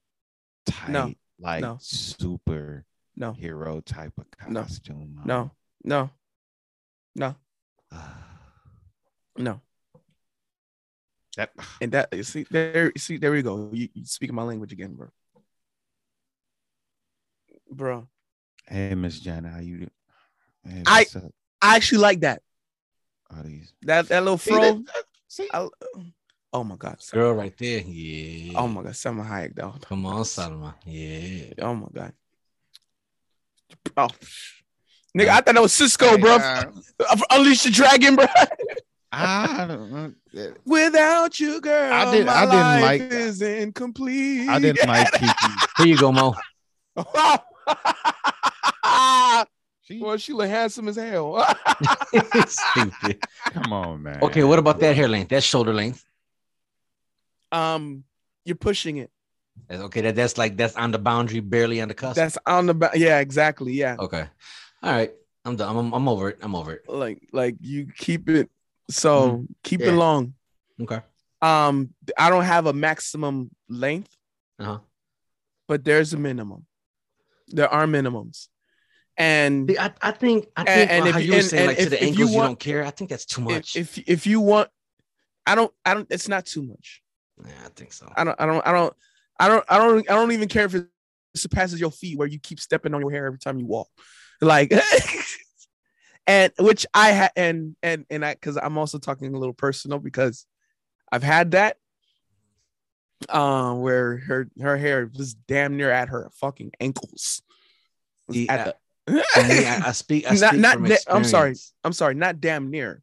Speaker 3: tight,
Speaker 8: No.
Speaker 3: like
Speaker 8: No.
Speaker 3: super
Speaker 8: No.
Speaker 3: hero type of
Speaker 8: No.
Speaker 3: costume. on.
Speaker 8: No. No. No. No.
Speaker 3: That
Speaker 8: And that you see there, you see there we go. You, you speaking my language again, bro. Bro,
Speaker 3: hey, Miss Jenna, how you do? Hey,
Speaker 8: I-
Speaker 3: what's up?
Speaker 8: I actually like that.
Speaker 3: All these
Speaker 8: That that little
Speaker 3: See, that-
Speaker 8: fro.
Speaker 3: that- see?
Speaker 8: I- oh my god. Sam-
Speaker 2: Girl, right there. Yeah.
Speaker 8: Oh my god, Selma Hayek though.
Speaker 2: Come on, Salma. Yeah.
Speaker 8: Oh my god. Oh. Nigga, I thought that was Cisco, bro. Unleash the dragon, bro.
Speaker 3: I don't know.
Speaker 8: Without you, girl,
Speaker 3: I did-
Speaker 8: my
Speaker 3: I didn't
Speaker 8: life
Speaker 3: like-
Speaker 8: is incomplete.
Speaker 3: I didn't like Kiki.
Speaker 2: Here you go, Mo.
Speaker 3: She,
Speaker 8: well, she look handsome as hell.
Speaker 2: Stupid.
Speaker 3: come on, man.
Speaker 2: Okay, what about that hair length? That shoulder length.
Speaker 8: um, you're pushing it.
Speaker 2: That's- Okay, that, that's like that's on the boundary, barely on the cusp.
Speaker 8: That's on the ba- yeah, exactly. Yeah,
Speaker 2: okay. All right. I'm done. I'm, I'm over it. I'm over it.
Speaker 8: like like you keep it so keep
Speaker 2: Yeah.
Speaker 8: it long.
Speaker 2: Okay.
Speaker 8: Um, I don't have a maximum length,
Speaker 2: Uh-huh.
Speaker 8: but there's a minimum. There are minimums, and
Speaker 2: See, I, I think I
Speaker 8: And-
Speaker 2: think
Speaker 8: and
Speaker 2: uh,
Speaker 8: if
Speaker 2: how
Speaker 8: you-
Speaker 2: you were
Speaker 8: and-
Speaker 2: saying
Speaker 8: and
Speaker 2: like
Speaker 8: if-
Speaker 2: to the
Speaker 8: if you
Speaker 2: ankles you,
Speaker 8: want-
Speaker 2: don't care. I think that's too
Speaker 8: if,
Speaker 2: much.
Speaker 8: if if you want, I don't I don't. It's not too much.
Speaker 2: yeah, I think so.
Speaker 8: I don't I don't I don't I don't I don't I don't even care if it surpasses your feet where you keep stepping on your hair every time you walk. Like and which I had and and and I cuz I'm also talking a little personal because I've had that um where her her hair was damn near at her fucking ankles. Was
Speaker 2: See,
Speaker 8: at
Speaker 2: For me,
Speaker 8: the,
Speaker 2: I, I speak. I
Speaker 8: Not-
Speaker 2: speak
Speaker 8: not
Speaker 2: from
Speaker 8: that- I'm sorry.
Speaker 2: experience
Speaker 8: I'm sorry, not damn near.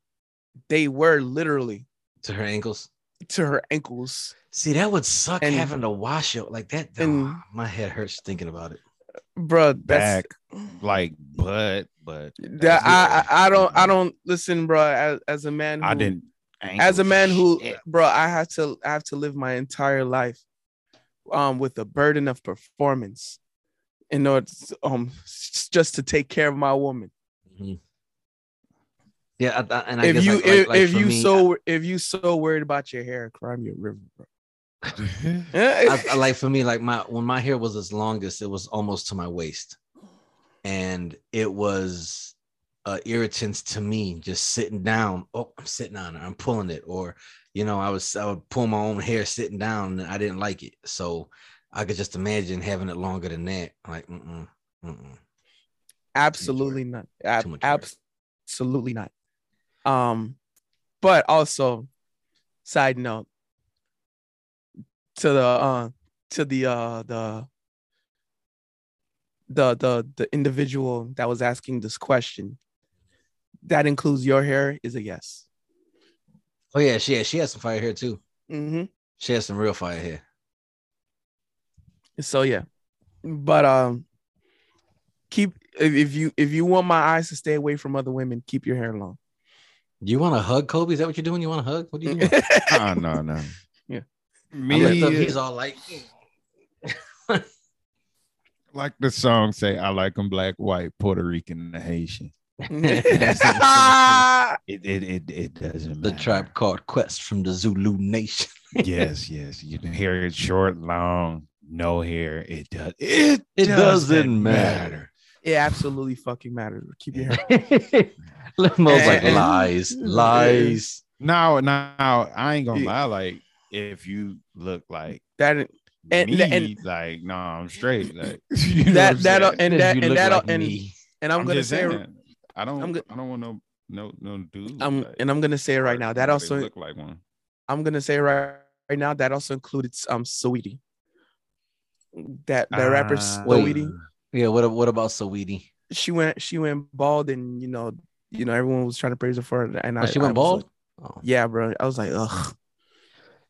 Speaker 8: They were literally
Speaker 2: To her ankles.
Speaker 8: to her ankles.
Speaker 2: See, that would suck
Speaker 8: And-
Speaker 2: having to wash it like that. oh,
Speaker 8: and-
Speaker 2: my head hurts thinking about it.
Speaker 8: Bruh, that's
Speaker 3: back like but but
Speaker 8: That
Speaker 3: That's
Speaker 8: I, I I
Speaker 3: weird.
Speaker 8: don't I don't listen, bro. As, as a man, who,
Speaker 3: I didn't
Speaker 8: As a
Speaker 3: ankles,
Speaker 8: man who,
Speaker 3: shit.
Speaker 8: bro, I have to I have to live my entire life, um, with the burden of performance, in order to, um s- just to take care of my woman.
Speaker 2: Mhm. Yeah, I, I, and I
Speaker 8: Mm-hmm. if
Speaker 2: guess
Speaker 8: you
Speaker 2: like, like-
Speaker 8: if,
Speaker 2: like
Speaker 8: if
Speaker 2: for
Speaker 8: you
Speaker 2: me,
Speaker 8: so if you so worried about your hair, cry me a river, bro.
Speaker 2: I, I- I like for me like my when my hair was its longest, it was almost to my waist, and it was uh, irritants to me just sitting down. Oh, I'm sitting on it. I'm pulling it, or you know, I was I would pull my own hair sitting down, and I didn't like it. So I could just imagine having it longer than that. Like, mm-mm, mm-mm.
Speaker 8: Absolutely not.
Speaker 2: Too
Speaker 8: Ab-
Speaker 2: much work.
Speaker 8: absolutely not. Um, but also, side note to the uh to the uh the the the the individual that was asking this question. That includes your hair is a yes.
Speaker 2: oh yeah, she had, she had some fire hair too.
Speaker 8: Mm-hmm.
Speaker 2: She had some real fire hair.
Speaker 8: So yeah, but um, keep if, if you if you want my eyes to stay away from other women, keep your hair long.
Speaker 2: You want to hug Kobe? Is that what you're doing? You want to hug? What do you doing?
Speaker 3: Ah, no, no.
Speaker 8: Yeah.
Speaker 2: I lift up,
Speaker 3: Me,
Speaker 2: he's all like,
Speaker 3: like the song say, I like them black, white, Puerto Rican, and the Haitian.
Speaker 8: Ah!
Speaker 3: It it it, it doesn't
Speaker 2: the
Speaker 3: matter.
Speaker 2: tribe called Quest from the Zulu Nation.
Speaker 3: yes, yes. You can hear it short, long, no hair. It does. It,
Speaker 2: It doesn't matter.
Speaker 8: it absolutely fucking matters. Keep your hair.
Speaker 2: Lil Mo's like
Speaker 8: And-
Speaker 2: lies, lies.
Speaker 3: Now, now, I ain't gonna
Speaker 8: Yeah.
Speaker 3: lie. Like, if you look like
Speaker 8: That And-
Speaker 3: me,
Speaker 8: and-
Speaker 3: like, no, I'm straight. Like, you know
Speaker 8: that
Speaker 3: what I'm
Speaker 8: that
Speaker 3: saying?
Speaker 8: Oh, and
Speaker 2: If
Speaker 8: that
Speaker 2: you
Speaker 8: and
Speaker 2: look
Speaker 8: that
Speaker 2: like
Speaker 8: and
Speaker 2: me,
Speaker 8: and I'm,
Speaker 3: I'm
Speaker 8: gonna
Speaker 3: just
Speaker 8: say it-
Speaker 3: saying, I don't,
Speaker 8: I'm go-
Speaker 3: I don't want no, no, no dude.
Speaker 8: I'm
Speaker 3: like,
Speaker 8: and I'm gonna say it right
Speaker 3: or
Speaker 8: now. That
Speaker 3: they
Speaker 8: also
Speaker 3: look like one.
Speaker 8: I'm gonna say it right right now. That also included um Sweetie. That that rapper
Speaker 3: Ah.
Speaker 8: Sweetie.
Speaker 2: yeah. What what about Saweetie?
Speaker 8: She went she went bald and you know you know everyone was trying to praise her for it and
Speaker 2: Oh,
Speaker 8: I
Speaker 2: she
Speaker 8: I was
Speaker 2: went bald.
Speaker 8: like-
Speaker 2: Oh.
Speaker 8: yeah, bro. I was like, ugh.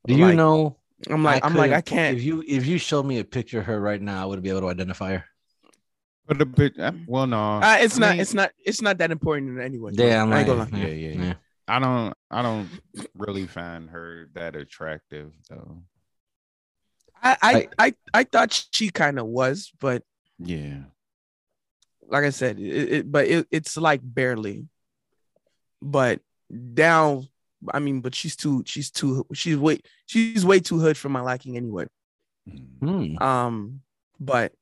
Speaker 2: Do you
Speaker 8: like,
Speaker 2: know?
Speaker 8: I'm like I am like
Speaker 2: couldn't-
Speaker 8: I can't.
Speaker 2: If you if you showed me a picture of her right now, I wouldn't be able to identify her.
Speaker 3: But a bit, uh, well, no,
Speaker 8: Uh, it's
Speaker 3: I
Speaker 8: not
Speaker 3: mean-
Speaker 8: it's not it's not that important anyway.
Speaker 2: Yeah, I'm
Speaker 8: I ain't
Speaker 2: like,
Speaker 8: gonna
Speaker 2: yeah,
Speaker 8: lie.
Speaker 2: yeah,
Speaker 3: Yeah, yeah, I don't, I don't really find her that attractive though.
Speaker 8: I I
Speaker 2: Like-
Speaker 8: I, I thought she kind of was, but
Speaker 3: Yeah,
Speaker 8: like I said, it, it but it, it's like barely. But down, I mean, but she's too, she's too, she's way, she's way too hood for my liking anyway.
Speaker 3: Mm.
Speaker 2: Hmm.
Speaker 8: Um, but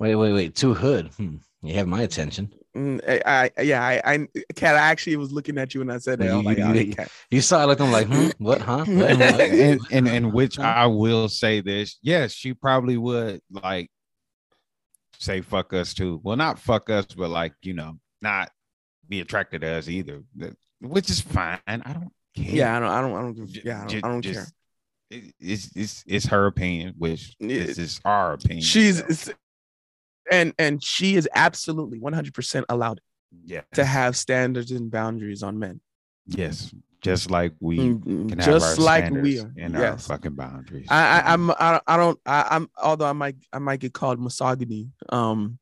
Speaker 2: Wait, wait, wait. Too hood. Hmm. You have my attention.
Speaker 8: mm, I, I yeah, I, I, Kat, I actually was looking at you when I said that. I was like,
Speaker 2: You-
Speaker 8: "Oh,
Speaker 2: you-
Speaker 8: Kat."
Speaker 2: You saw I looked. I'm like, hmm, what, huh? What? What?
Speaker 3: and and in which I will say this: yes, she probably would like say fuck us too. Well, not fuck us, but like you know, not be attracted to us either, That- which is fine. I don't care.
Speaker 8: yeah, I don't, I don't, I don't, give-
Speaker 3: Ju-
Speaker 8: yeah, I
Speaker 3: ju-
Speaker 8: don't, I don't
Speaker 3: just-
Speaker 8: care.
Speaker 3: it- It's it's it's her opinion, which
Speaker 8: Yeah.
Speaker 3: this is our opinion.
Speaker 8: She's,
Speaker 3: so,
Speaker 8: it's- and and she is absolutely 100 percent allowed
Speaker 3: yeah,
Speaker 8: to have standards and boundaries on men,
Speaker 3: yes, just like we
Speaker 8: Mm,
Speaker 3: can have
Speaker 8: just
Speaker 3: our
Speaker 8: like
Speaker 3: standards
Speaker 8: we are.
Speaker 3: and our
Speaker 8: yes.
Speaker 3: fucking boundaries.
Speaker 8: I, I I'm I, I don't I, I'm although I might I might get called misogyny. Um,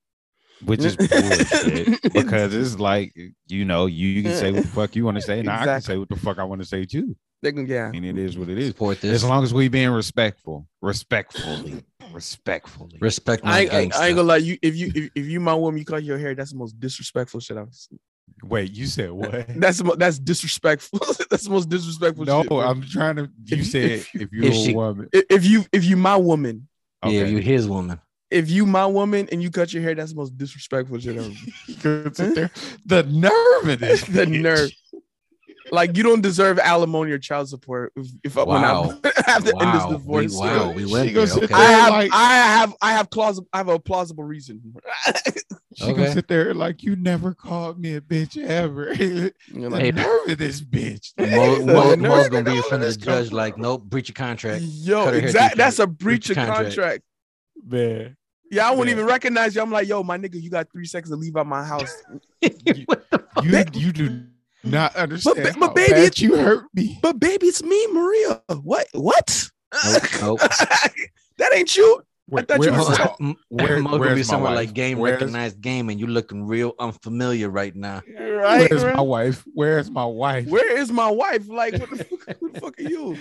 Speaker 3: which is bullshit because it's like you know you can say what the fuck you want to say, and I can
Speaker 8: Exactly.
Speaker 3: say what the fuck I want to say too.
Speaker 8: they can- yeah,
Speaker 3: I mean, it is what it is.
Speaker 2: Support this.
Speaker 3: As long as we being respectful, respectfully, respectfully.
Speaker 2: Respect my
Speaker 8: I, I, I ain't
Speaker 2: gangster.
Speaker 8: gonna lie. You if you if, if you my woman, you cut your hair. That's the most disrespectful shit I've. Seen.
Speaker 3: Wait, you said what?
Speaker 8: That's the mo- that's disrespectful. that's the most disrespectful.
Speaker 3: No,
Speaker 8: shit, bro.
Speaker 3: I'm trying to. You
Speaker 8: you-
Speaker 3: said
Speaker 8: if
Speaker 3: if you're a
Speaker 2: she-
Speaker 3: woman,
Speaker 8: I- if you if you my woman,
Speaker 2: Yeah,
Speaker 3: okay.
Speaker 2: if you his woman.
Speaker 8: if you my woman and you cut your hair, that's the most disrespectful shit ever.
Speaker 3: You could sit there. The nerve of this.
Speaker 8: the
Speaker 3: bitch.
Speaker 8: nerve. Like you don't deserve alimony or child support if, if I- when
Speaker 2: Wow.
Speaker 8: I have to end this
Speaker 2: Wow. We-
Speaker 8: divorce.
Speaker 2: wow, we went
Speaker 3: She
Speaker 2: there,
Speaker 3: gonna sit
Speaker 2: okay.
Speaker 8: I
Speaker 3: there
Speaker 8: have,
Speaker 3: like-
Speaker 8: I have, I have plausible, I have a plausible reason.
Speaker 3: She gonna
Speaker 2: Okay.
Speaker 3: sit there like you never called me a bitch ever. the
Speaker 8: You're like,
Speaker 2: Hey,
Speaker 3: nerve of this bitch.
Speaker 2: Mo,
Speaker 8: So
Speaker 2: Mo,
Speaker 8: nerdy
Speaker 2: Mo's gonna
Speaker 3: and
Speaker 2: be
Speaker 3: all
Speaker 2: in front of
Speaker 3: this
Speaker 2: the judge,
Speaker 3: come
Speaker 2: like,
Speaker 3: from.
Speaker 2: nope, breach of contract.
Speaker 8: yo,
Speaker 2: Cut her hair,
Speaker 8: exact.
Speaker 2: teacher.
Speaker 8: That's a breach of
Speaker 2: Breach of
Speaker 8: contract.
Speaker 2: contract.
Speaker 3: man.
Speaker 8: Yeah, I wouldn't
Speaker 3: Yeah.
Speaker 8: even recognize you. I'm like, yo, my nigga, you got three seconds to leave out my house.
Speaker 2: What the fuck?
Speaker 3: You you do not understand.
Speaker 8: ba- but
Speaker 3: how
Speaker 8: baby,
Speaker 3: bad
Speaker 8: it's-
Speaker 3: you hurt me.
Speaker 8: but baby, it's me, Maria. What? What?
Speaker 2: Nope, nope.
Speaker 8: that ain't you.
Speaker 3: Where-
Speaker 8: thought you
Speaker 3: where-
Speaker 8: were
Speaker 2: Mo-
Speaker 8: so-
Speaker 2: M-
Speaker 3: where-
Speaker 2: Mo gonna
Speaker 3: where's
Speaker 2: be
Speaker 3: my
Speaker 2: somewhere
Speaker 3: wife?
Speaker 2: like game
Speaker 3: Where's-
Speaker 2: recognized game, and you looking real unfamiliar right now.
Speaker 8: Right?
Speaker 3: Where's
Speaker 8: right?
Speaker 3: my wife? Where's my wife?
Speaker 8: Where is my wife? Like, what the, fuck, who the fuck are you?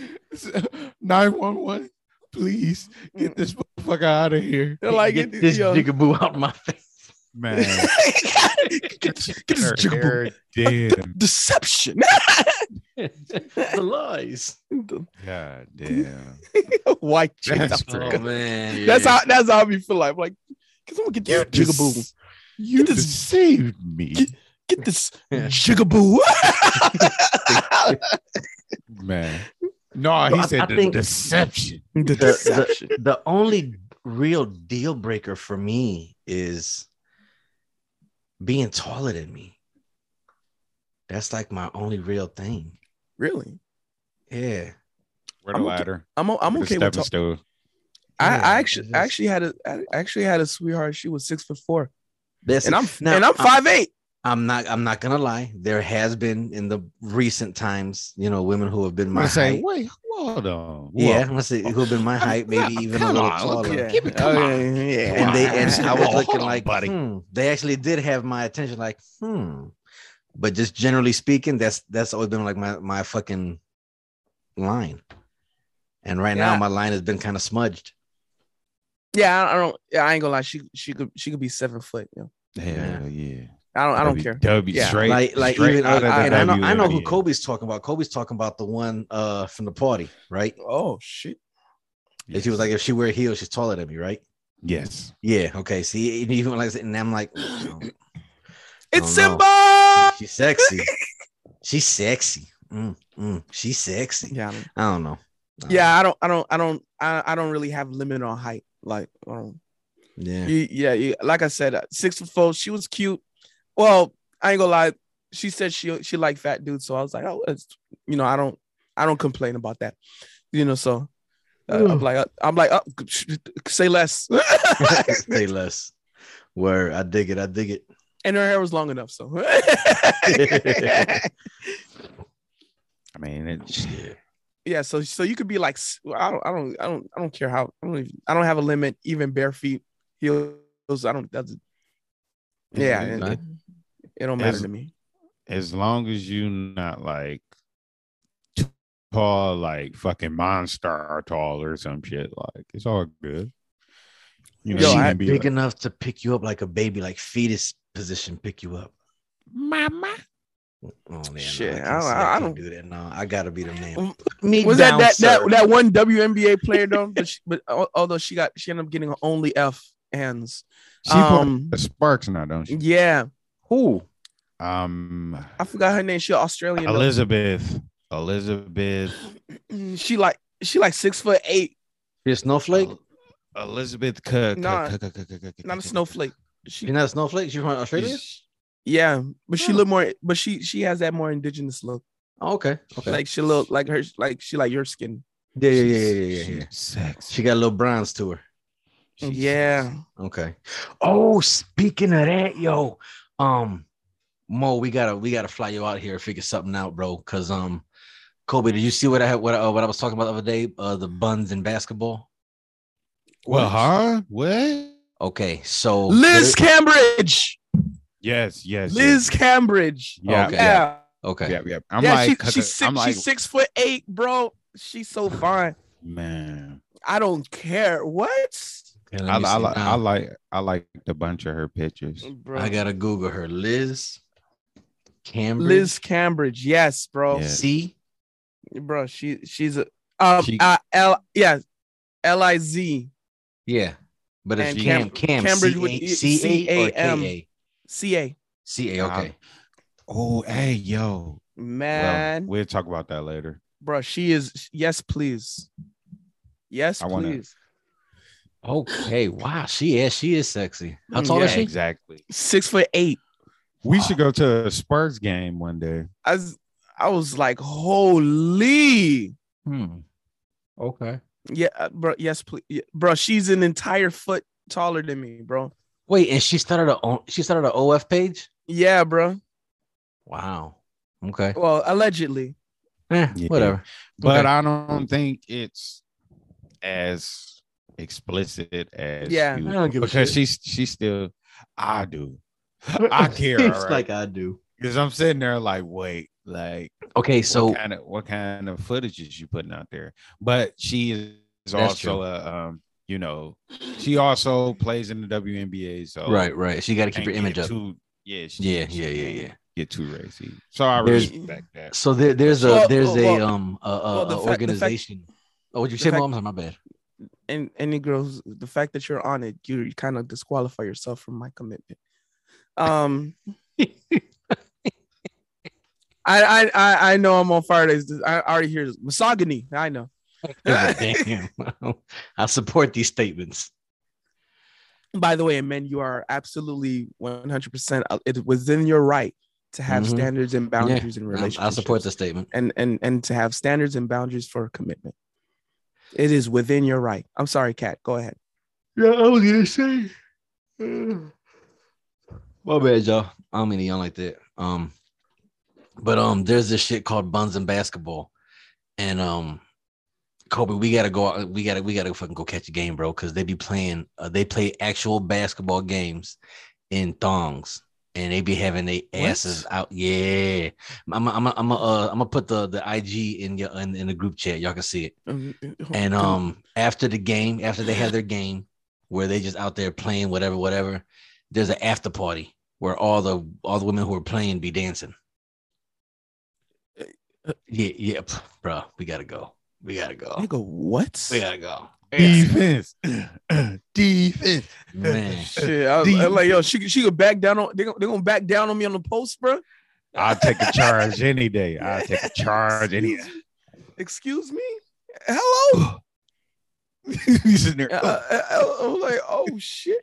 Speaker 3: 911, please get this motherfucker out of here.
Speaker 8: They're like,
Speaker 2: Get
Speaker 8: it-
Speaker 2: this
Speaker 8: yo.
Speaker 2: jigaboo out my face.
Speaker 3: Man,
Speaker 8: Get- get this
Speaker 3: her
Speaker 8: jigaboo.
Speaker 3: hair damn.
Speaker 8: Deception.
Speaker 2: the lies.
Speaker 3: God damn.
Speaker 8: White chick.
Speaker 3: That's
Speaker 8: Africa.
Speaker 2: Oh man,
Speaker 8: That's
Speaker 2: yeah.
Speaker 8: how that's how I feel like. Like, cause I'm gonna get this
Speaker 3: You,
Speaker 8: jigaboo.
Speaker 3: des- you
Speaker 8: Get this-
Speaker 3: deceived me.
Speaker 8: Get this
Speaker 2: Yeah.
Speaker 8: jigaboo.
Speaker 3: Man. No,
Speaker 2: So
Speaker 3: he
Speaker 2: I-
Speaker 3: said
Speaker 2: I
Speaker 3: the
Speaker 2: think-
Speaker 3: deception.
Speaker 8: The
Speaker 2: the,
Speaker 8: deception.
Speaker 2: the, the only real deal breaker for me is being taller than me. That's like my only real thing.
Speaker 8: Really?
Speaker 2: Yeah.
Speaker 3: Where the
Speaker 8: I'm okay-
Speaker 3: ladder?
Speaker 8: I'm o- I'm
Speaker 3: the
Speaker 8: okay with
Speaker 3: stepping
Speaker 8: tall.
Speaker 3: stool.
Speaker 8: I,
Speaker 2: Yeah,
Speaker 8: I actually
Speaker 2: it's-
Speaker 8: I actually had a I actually had a sweetheart. She was six foot four,
Speaker 2: That's
Speaker 8: and I'm
Speaker 2: now, um,
Speaker 8: and I'm five eight.
Speaker 2: I'm not I'm not gonna lie. There has been in the recent times, you know, women who have been
Speaker 3: I'm
Speaker 2: my
Speaker 3: gonna say,
Speaker 2: height.
Speaker 3: wait, hold on. Whoa.
Speaker 2: Yeah, I'm gonna say who have been my height, maybe even a
Speaker 3: come
Speaker 2: little
Speaker 3: on,
Speaker 2: taller. Oh,
Speaker 3: look
Speaker 8: Yeah.
Speaker 3: Keep it- come on.
Speaker 8: yeah.
Speaker 2: and they and
Speaker 3: Wow.
Speaker 2: I was
Speaker 3: Hold
Speaker 2: looking
Speaker 3: on,
Speaker 2: like,
Speaker 3: buddy.
Speaker 2: hmm. they actually did have my attention, like, hmm. But just generally speaking, that's that's always been like my my fucking line. And right now,
Speaker 8: Yeah.
Speaker 2: my line has been kind of smudged.
Speaker 8: yeah, I I don't. Yeah, I ain't gonna lie. She she could she could be seven foot. You know?
Speaker 3: Hell yeah.
Speaker 8: I don't I don't
Speaker 3: W-
Speaker 8: care.
Speaker 3: W
Speaker 8: Yeah.
Speaker 3: straight,
Speaker 2: like, like
Speaker 3: straight
Speaker 2: even uh,
Speaker 3: out of the E.
Speaker 2: and I know I know who
Speaker 3: WNBA.
Speaker 2: Kobe's talking about. Kobe's talking about the one uh from the party, right?
Speaker 8: Oh shit.
Speaker 2: If she was like, if she wear heels, she's taller than me, right?
Speaker 3: yes.
Speaker 2: Yeah. Okay. See, and even like, I said, and I'm like, mm,
Speaker 8: It's
Speaker 2: don't
Speaker 8: Simba.
Speaker 2: know. she's sexy. She's sexy. Mm, mm, she's sexy.
Speaker 8: Yeah, I don't,
Speaker 2: I don't know. I don't
Speaker 8: yeah. I don't I don't I don't I, I don't really have limit on height. Like I don't.
Speaker 2: Yeah.
Speaker 8: You, yeah, you, like I said, uh, six foot four. She was cute. Well, I ain't gonna lie. She said she she liked fat dudes, so I was like, oh, it's, you know, I don't I don't complain about that. You know, so uh, I'm like uh, I'm like oh, say less.
Speaker 2: Say less. Word. I dig it. I dig it.
Speaker 8: and her hair was long enough, so
Speaker 3: I mean, it,
Speaker 8: yeah. So so you could be like s- I don't I don't I don't I don't care how I don't even, I don't have a limit. Even bare feet heels. I don't. That's, yeah, it,
Speaker 2: Right.
Speaker 8: it don't matter
Speaker 3: As-
Speaker 8: to me.
Speaker 3: as long as you not like tall, like fucking monster tall or some shit, like it's all good. You
Speaker 8: Yo,
Speaker 3: you
Speaker 8: I-
Speaker 3: can be
Speaker 2: big
Speaker 3: like,
Speaker 2: enough to pick you up like a baby, like fetus position, pick you up.
Speaker 3: mama.
Speaker 2: Oh, man, no,
Speaker 8: Shit,
Speaker 2: I,
Speaker 8: I
Speaker 2: can't,
Speaker 8: don't-
Speaker 2: say- I
Speaker 8: I
Speaker 2: can't
Speaker 8: don't- Mm,
Speaker 2: do that. No, I gotta be the man.
Speaker 8: W-
Speaker 2: Put Me
Speaker 8: was that
Speaker 2: down,
Speaker 8: that,
Speaker 2: sir.
Speaker 8: that that one WNBA player though? but, she, but al- although she got she ended up getting only F hands.
Speaker 3: She um,
Speaker 8: Um,
Speaker 3: the Sparks now, don't she?
Speaker 8: Yeah,
Speaker 2: Who?
Speaker 3: Um,
Speaker 8: I forgot her name. She Australian. though. Mm,
Speaker 3: Elizabeth. Elizabeth.
Speaker 8: She like she like six foot eight,
Speaker 2: You're a snowflake?
Speaker 8: Oh.
Speaker 3: Elizabeth Cook.
Speaker 8: Nah, not a snowflake.
Speaker 2: You're
Speaker 8: She
Speaker 2: not a snowflake? You're from Australia?
Speaker 8: yeah, but she
Speaker 2: Hmm.
Speaker 8: look more. But she she has that more indigenous look.
Speaker 2: Oh, okay. Okay.
Speaker 8: Like she look like her like she like your skin.
Speaker 2: yeah, yeah, yeah, yeah, yeah, yeah, yeah.
Speaker 3: Sex.
Speaker 2: She got a little bronze to her. Mm.
Speaker 8: Yeah,
Speaker 2: Okay. Oh, speaking of that, yo, um, Mo, we gotta we gotta fly you out here and figure something out, bro. Cause um, Kobe, did you see what I had what uh, what I was talking about the other day? Uh, the buns in basketball.
Speaker 3: Well, huh? What?
Speaker 2: Okay, so
Speaker 8: Liz Cambridge.
Speaker 3: Yes, yes.
Speaker 8: Liz Cambridge.
Speaker 3: Yeah,
Speaker 2: Okay.
Speaker 3: yeah,
Speaker 8: Yeah,
Speaker 2: Okay,
Speaker 3: yeah, yeah. I'm
Speaker 8: yeah.
Speaker 3: like,
Speaker 8: she,
Speaker 3: cuck-
Speaker 8: she's 6
Speaker 3: I'm like,
Speaker 8: she's six foot eight, bro. She's so fine.
Speaker 3: man.
Speaker 8: I don't care. What?
Speaker 2: And let
Speaker 3: I,
Speaker 2: me
Speaker 3: I,
Speaker 2: see
Speaker 3: li- I
Speaker 2: now.
Speaker 3: like I like the bunch of her pictures.
Speaker 8: Bro.
Speaker 2: I gotta Google her, Liz Cambridge.
Speaker 8: Liz Cambridge. Yes, bro.
Speaker 3: Yeah.
Speaker 2: C.
Speaker 8: Bro, she she's a um
Speaker 3: She-
Speaker 8: uh, L yeah. L I Z
Speaker 2: Yeah, but
Speaker 8: And
Speaker 2: it's Cam Cam
Speaker 8: Cam- Cambridge with E-
Speaker 2: C A or
Speaker 8: C-A-M.
Speaker 2: K A
Speaker 8: C A.
Speaker 2: C A. Okay,
Speaker 3: Uh-huh. Oh, hey, yo.
Speaker 8: Man,
Speaker 3: Well, we'll talk about that later.
Speaker 8: bro, she is yes, please. Yes,
Speaker 3: I wanna-
Speaker 8: please.
Speaker 2: okay. Wow, she is she is sexy. How tall is
Speaker 8: Yeah,
Speaker 2: she?
Speaker 3: Exactly.
Speaker 8: Six foot eight.
Speaker 3: We should go to a Spurs game one day.
Speaker 8: I was, I was like, holy.
Speaker 2: Hmm. Okay.
Speaker 8: Yeah, uh, bro. Yes, please. Yeah, bro, she's an entire foot taller than me, bro.
Speaker 2: Wait, and she started a O- she started a OF page.
Speaker 8: Yeah, bro.
Speaker 2: Wow. Okay.
Speaker 8: Well, allegedly.
Speaker 2: Eh,
Speaker 3: Yeah.
Speaker 2: Whatever.
Speaker 3: But
Speaker 2: Okay.
Speaker 3: I don't think it's as explicit as
Speaker 8: Yeah.
Speaker 3: you-
Speaker 2: I don't give a
Speaker 3: because
Speaker 2: shit.
Speaker 3: she's she's still I do. I care.
Speaker 2: It's
Speaker 3: all right?
Speaker 2: like I do.
Speaker 3: Because I'm sitting there like, wait, like
Speaker 2: Okay, so
Speaker 3: what kind of what kind of footage is you putting out there? But she is
Speaker 2: That's
Speaker 3: also a um, you know, she also plays in the WNBA, so
Speaker 2: right, right. She got to keep
Speaker 3: can't
Speaker 2: her image
Speaker 3: get
Speaker 2: up.
Speaker 3: Too, yeah, she-
Speaker 2: Yeah,
Speaker 3: she
Speaker 2: yeah, yeah,
Speaker 3: can't
Speaker 2: yeah.
Speaker 3: Get too racy. So I
Speaker 2: There's-
Speaker 3: respect that.
Speaker 2: So there, there's a
Speaker 8: Well,
Speaker 2: there's a
Speaker 8: well,
Speaker 2: um a, a,
Speaker 8: well, the
Speaker 2: a
Speaker 8: fact- the fact-
Speaker 2: organization. oh, you
Speaker 8: the
Speaker 2: say
Speaker 8: fact-
Speaker 2: mom? My bad.
Speaker 8: and any girls the fact that you're on it you, kind of disqualify yourself from my commitment um I I- I I know I'm on fire. Days. I already hear this. misogyny. I know.
Speaker 2: Damn. I support these statements.
Speaker 8: By the way, and men, you are absolutely 100. percent uh, It was in your right to have
Speaker 2: Mhm.
Speaker 8: standards and
Speaker 2: Yeah,
Speaker 8: boundaries in
Speaker 2: I-
Speaker 8: relationships.
Speaker 2: I support the statement.
Speaker 8: and and and to have standards and boundaries for commitment. It is within your right. I'm sorry, Kat. Go ahead.
Speaker 2: Yeah, I was gonna say. My bad, y'all. I don't mean to yell like that. Um, but um, there's this shit called buns and basketball, and um, Kobe, we gotta go. out. We gotta we gotta fucking go catch a game, bro, because they be playing. Uh, they play actual basketball games in thongs, and they be having they asses out. Yeah, I'm I'm I'm I'm uh, I'm gonna put the the IG in your in, in the group chat. Y'all can see it. And um, after the game, after they have their game, where they just out there playing whatever, whatever, there's an after party where all the all the women who are playing be dancing. Yeah, yep, bro, we gotta go. We gotta go.
Speaker 8: nigga, what?
Speaker 2: We gotta go.
Speaker 3: Defense. Defense.
Speaker 2: Man,
Speaker 8: Shit, I was, I was like, yo, she she could back down on. They gonna, they gonna back down on me on the post, bro.
Speaker 3: I'll take a charge any day. I'll take a charge any day.
Speaker 8: Excuse me. Hello. Uh,
Speaker 3: He's in there.
Speaker 8: I,
Speaker 2: Uh,
Speaker 8: I- I- I was like, oh shit.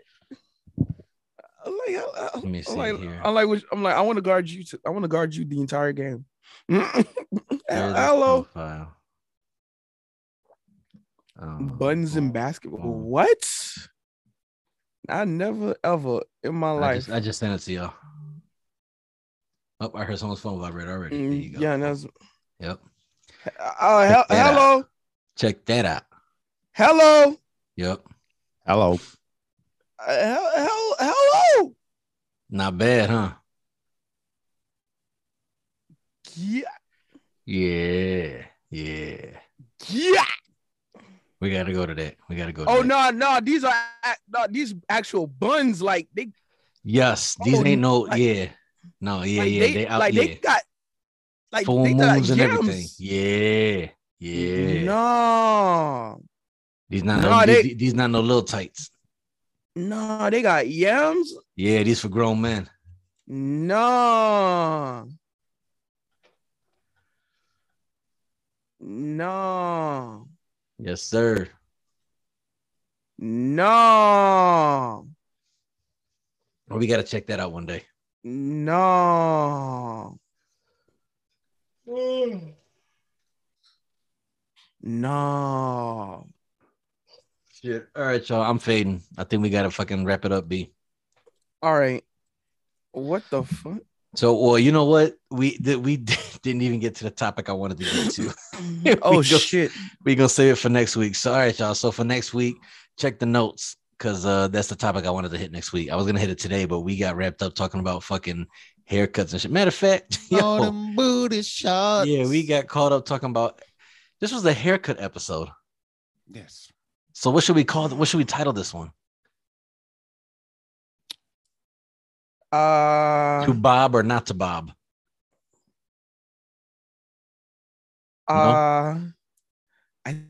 Speaker 8: I'm like, I, I,
Speaker 2: let me
Speaker 8: I'm
Speaker 2: see
Speaker 8: like,
Speaker 2: here.
Speaker 8: I'm like, which- I'm like, I want to guard you. To, I want to guard you the entire game.
Speaker 2: Where's the
Speaker 8: Hello,
Speaker 2: profile? Um,
Speaker 8: buns and basketball. What? I never ever in my
Speaker 2: I just,
Speaker 8: life.
Speaker 2: I just sent it to y'all. Oh, I heard someone's phone vibrate already. There you
Speaker 8: Mm,
Speaker 2: go.
Speaker 8: Yeah, and that's.
Speaker 2: Yep.
Speaker 8: Uh, hel-
Speaker 2: Check that
Speaker 8: hello,
Speaker 2: Check that out.
Speaker 8: hello,
Speaker 2: Yep.
Speaker 3: Hello.
Speaker 8: Uh, hel- hel- hello.
Speaker 2: Not bad, huh?
Speaker 8: Yeah,
Speaker 2: Yeah. Yeah.
Speaker 8: yeah.
Speaker 2: We gotta go to that. We gotta go. To
Speaker 8: Oh
Speaker 2: that.
Speaker 8: no, no, these are ac- no, these actual buns. Like they
Speaker 2: Yes, these
Speaker 8: Oh,
Speaker 2: ain't no.
Speaker 8: like-
Speaker 2: yeah. No. Yeah.
Speaker 8: like
Speaker 2: yeah.
Speaker 8: they,
Speaker 2: They, out.
Speaker 8: like
Speaker 2: yeah.
Speaker 8: they got like
Speaker 2: Full
Speaker 8: they got
Speaker 2: moons and everything.
Speaker 8: yams.
Speaker 2: Yeah. Yeah.
Speaker 8: No,
Speaker 2: These not.
Speaker 8: No,
Speaker 2: No,
Speaker 8: they-
Speaker 2: these, these not no little tights.
Speaker 8: no, they got yams.
Speaker 2: Yeah. These for grown men.
Speaker 8: No, no,
Speaker 2: Yes, sir.
Speaker 8: no,
Speaker 2: We gotta check that out one day.
Speaker 8: no, no.
Speaker 2: Shit. All right, y'all. I'm fading. I think we gotta fucking wrap it up, B.
Speaker 8: All right, what the fuck?
Speaker 2: So, well, you know what? We did. We didn't even get to the topic I wanted to get to.
Speaker 8: oh
Speaker 2: go.
Speaker 8: shit!
Speaker 2: We're gonna save it for next week. So, all right, y'all. So for next week, check the notes because uh that's the topic I wanted to hit next week. I was gonna hit it today, but we got wrapped up talking about fucking haircuts and shit. Matter of fact,
Speaker 3: All
Speaker 2: yo,
Speaker 3: Oh, them booty shots.
Speaker 2: yeah, we got caught up talking about this was a haircut episode.
Speaker 3: Yes.
Speaker 2: So what should we call it? What should we title this one?
Speaker 8: Uh,
Speaker 2: To Bob or not to Bob?
Speaker 8: Uh, I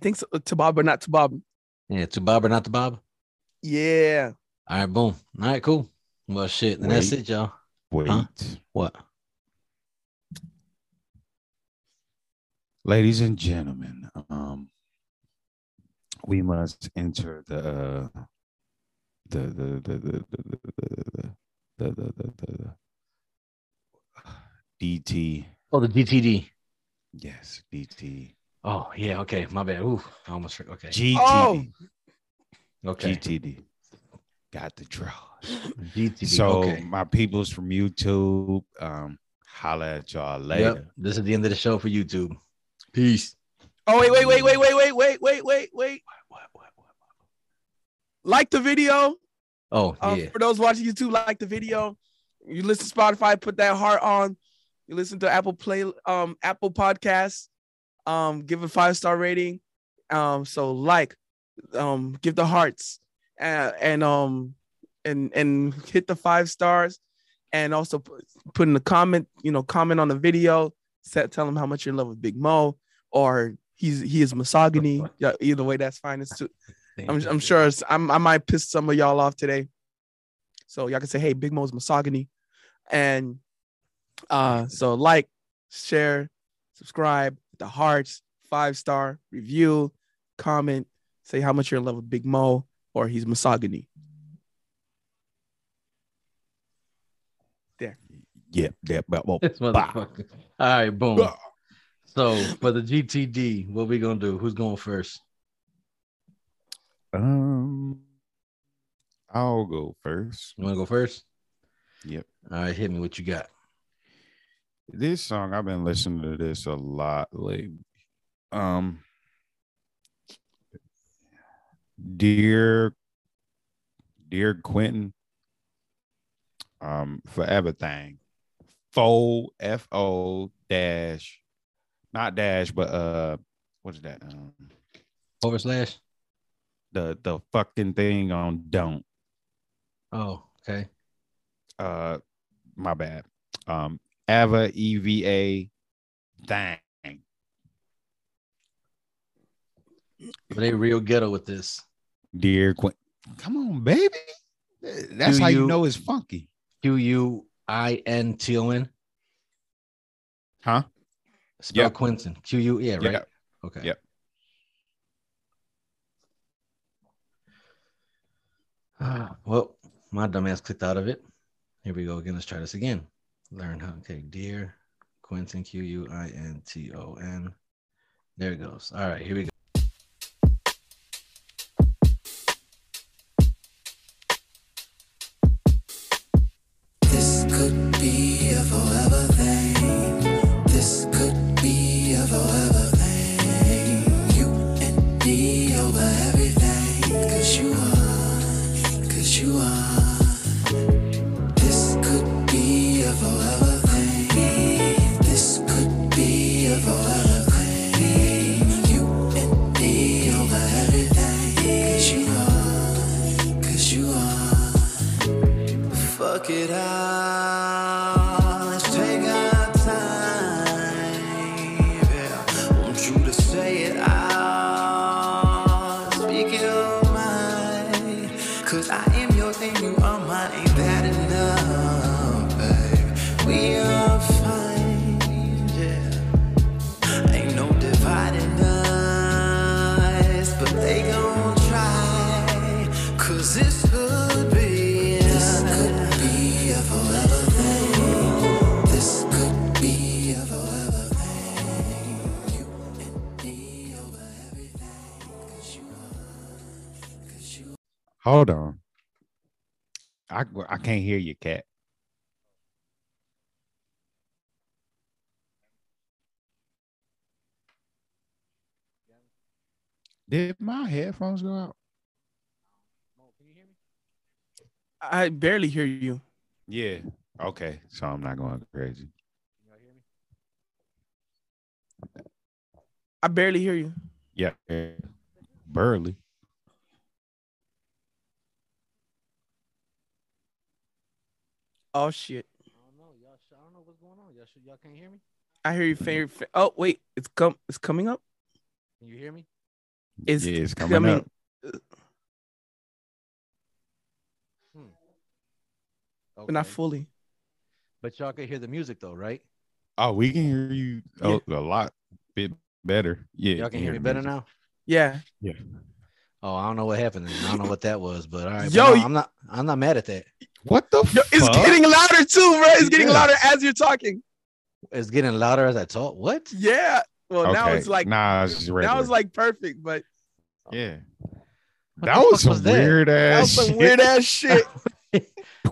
Speaker 8: think so. To Bob or not to Bob.
Speaker 2: Yeah, to Bob or not to Bob.
Speaker 8: Yeah.
Speaker 2: All right, boom. All right, cool. Well, shit. And that's
Speaker 3: Wait.
Speaker 2: it, y'all.
Speaker 3: Wait.
Speaker 2: Huh? What?
Speaker 3: Ladies and gentlemen, um, we must enter the uh, the the the the the the the the, the, the, the, the DT.
Speaker 2: Oh, the DTD.
Speaker 3: Yes, DT.
Speaker 2: Oh yeah. Okay, my bad. Ooh, I almost. forgot. Okay.
Speaker 3: GTD.
Speaker 8: Oh.
Speaker 2: okay.
Speaker 3: GTD. Got the draw.
Speaker 2: GTD.
Speaker 3: So
Speaker 2: okay.
Speaker 3: my peoples from YouTube, um, holla at y'all
Speaker 2: Yep,
Speaker 3: later.
Speaker 2: This is the end of the show for YouTube. Peace.
Speaker 8: Oh wait, wait, wait, wait, wait, wait, wait, wait, wait, wait. Like the video.
Speaker 2: Oh
Speaker 8: Um,
Speaker 2: yeah.
Speaker 8: For those watching YouTube, like the video. You listen to Spotify, put that heart on. You listen to Apple Play, um, Apple Podcasts. Um, give a five star rating. Um, so like, um, give the hearts, and, and um, and and hit the five stars, and also put, put in the comment. You know, comment on the video. Set, tell them how much you love with Big Mo, or he's he is misogyny. Yeah, either way, that's fine. It's too, I'm, I'm sure it's, I'm, I might piss some of y'all off today. So y'all can say, hey, Big Mo's misogyny. And uh, so like, share, subscribe, hit the hearts, five star review, comment, say how much you're in love with Big Mo or he's misogyny.
Speaker 3: Yeah, yeah, but well,
Speaker 2: This motherfucker. All right, boom.
Speaker 3: bah.
Speaker 2: So for the GTD, what we gonna do? Who's going first?
Speaker 3: um, I'll go first.
Speaker 2: You wanna go first?
Speaker 3: Yep.
Speaker 2: All right, hit me. What you got?
Speaker 3: This song I've been listening to this a lot lately. Um, dear, dear Quentin, um, for everything, fo f o dash, not dash, but uh, what is that? Um,
Speaker 2: Over slash.
Speaker 3: the the fucking thing on don't.
Speaker 2: Oh, okay.
Speaker 3: uh my bad um ava eva thing
Speaker 2: But they real ghetto with this.
Speaker 3: dear Quinn. come on baby that's
Speaker 2: Do
Speaker 3: how you,
Speaker 2: you-
Speaker 3: know it's funky
Speaker 2: Q U I N T O N.
Speaker 3: huh
Speaker 2: Spell
Speaker 3: Yep.
Speaker 2: Quentin. Q U. Yeah, right.
Speaker 3: Yep.
Speaker 2: Okay.
Speaker 3: Yep.
Speaker 2: Ah, well, my dumbass clicked out of it. Here we go again. Let's try this again. Learn how. Okay, dear Quentin. Q U I N T O N. There it goes. All right, here we go.
Speaker 4: This could be a forever thing. This could be a forever thing. You and me over everything. Cause you are, cause you are. This could be a forever thing. This could be a forever thing. You and me over everything. Cause you are, cause you are. Fuck it out. Let's take our time. Yeah. Want you to say it out. Speak your mind. Cause I am your thing, you are mine. Ain't that enough, babe? We are fine. Yeah. Ain't no dividing us, but they gon' try. Cause this could be. This could be a forever thing. This could be a forever thing. You and me over everything. Cause you are, cause you
Speaker 3: hold on i i can't hear you cat did my headphones go out
Speaker 8: I barely hear you.
Speaker 3: yeah okay so i'm not going crazy
Speaker 8: I barely hear you.
Speaker 3: yeah burly
Speaker 8: Oh shit.
Speaker 2: I don't know, y'all. I don't know what's going on. Y'all, should, y'all can't hear me.
Speaker 8: I hear you favorite. Fa- oh wait, it's come. It's coming up.
Speaker 2: Can you hear me?
Speaker 8: It's
Speaker 3: yeah it's coming up
Speaker 8: but not fully.
Speaker 2: But y'all can hear the music though, right?
Speaker 3: Oh, we can hear you a, a lot bit better. Yeah,
Speaker 2: y'all can hear me better now.
Speaker 8: Yeah.
Speaker 2: Oh, I don't know what happened. then. I don't know what that was, but all right. but
Speaker 8: Yo,
Speaker 2: no,
Speaker 8: you-
Speaker 2: I'm not. I'm not mad at that.
Speaker 3: What the?
Speaker 8: Yo, it's
Speaker 3: fuck?
Speaker 8: getting louder too, bro. It's getting
Speaker 3: Yeah.
Speaker 8: louder as you're talking.
Speaker 2: It's getting louder as I talk. What?
Speaker 8: Yeah. Well, now
Speaker 3: Okay.
Speaker 8: it's like
Speaker 3: nah, it's
Speaker 8: now it's
Speaker 3: regular.
Speaker 8: like perfect, but
Speaker 3: yeah.
Speaker 2: What
Speaker 3: That
Speaker 2: the
Speaker 3: was
Speaker 2: fuck
Speaker 3: some weird
Speaker 8: that
Speaker 3: ass.
Speaker 8: was some
Speaker 3: shit.
Speaker 8: weird ass shit.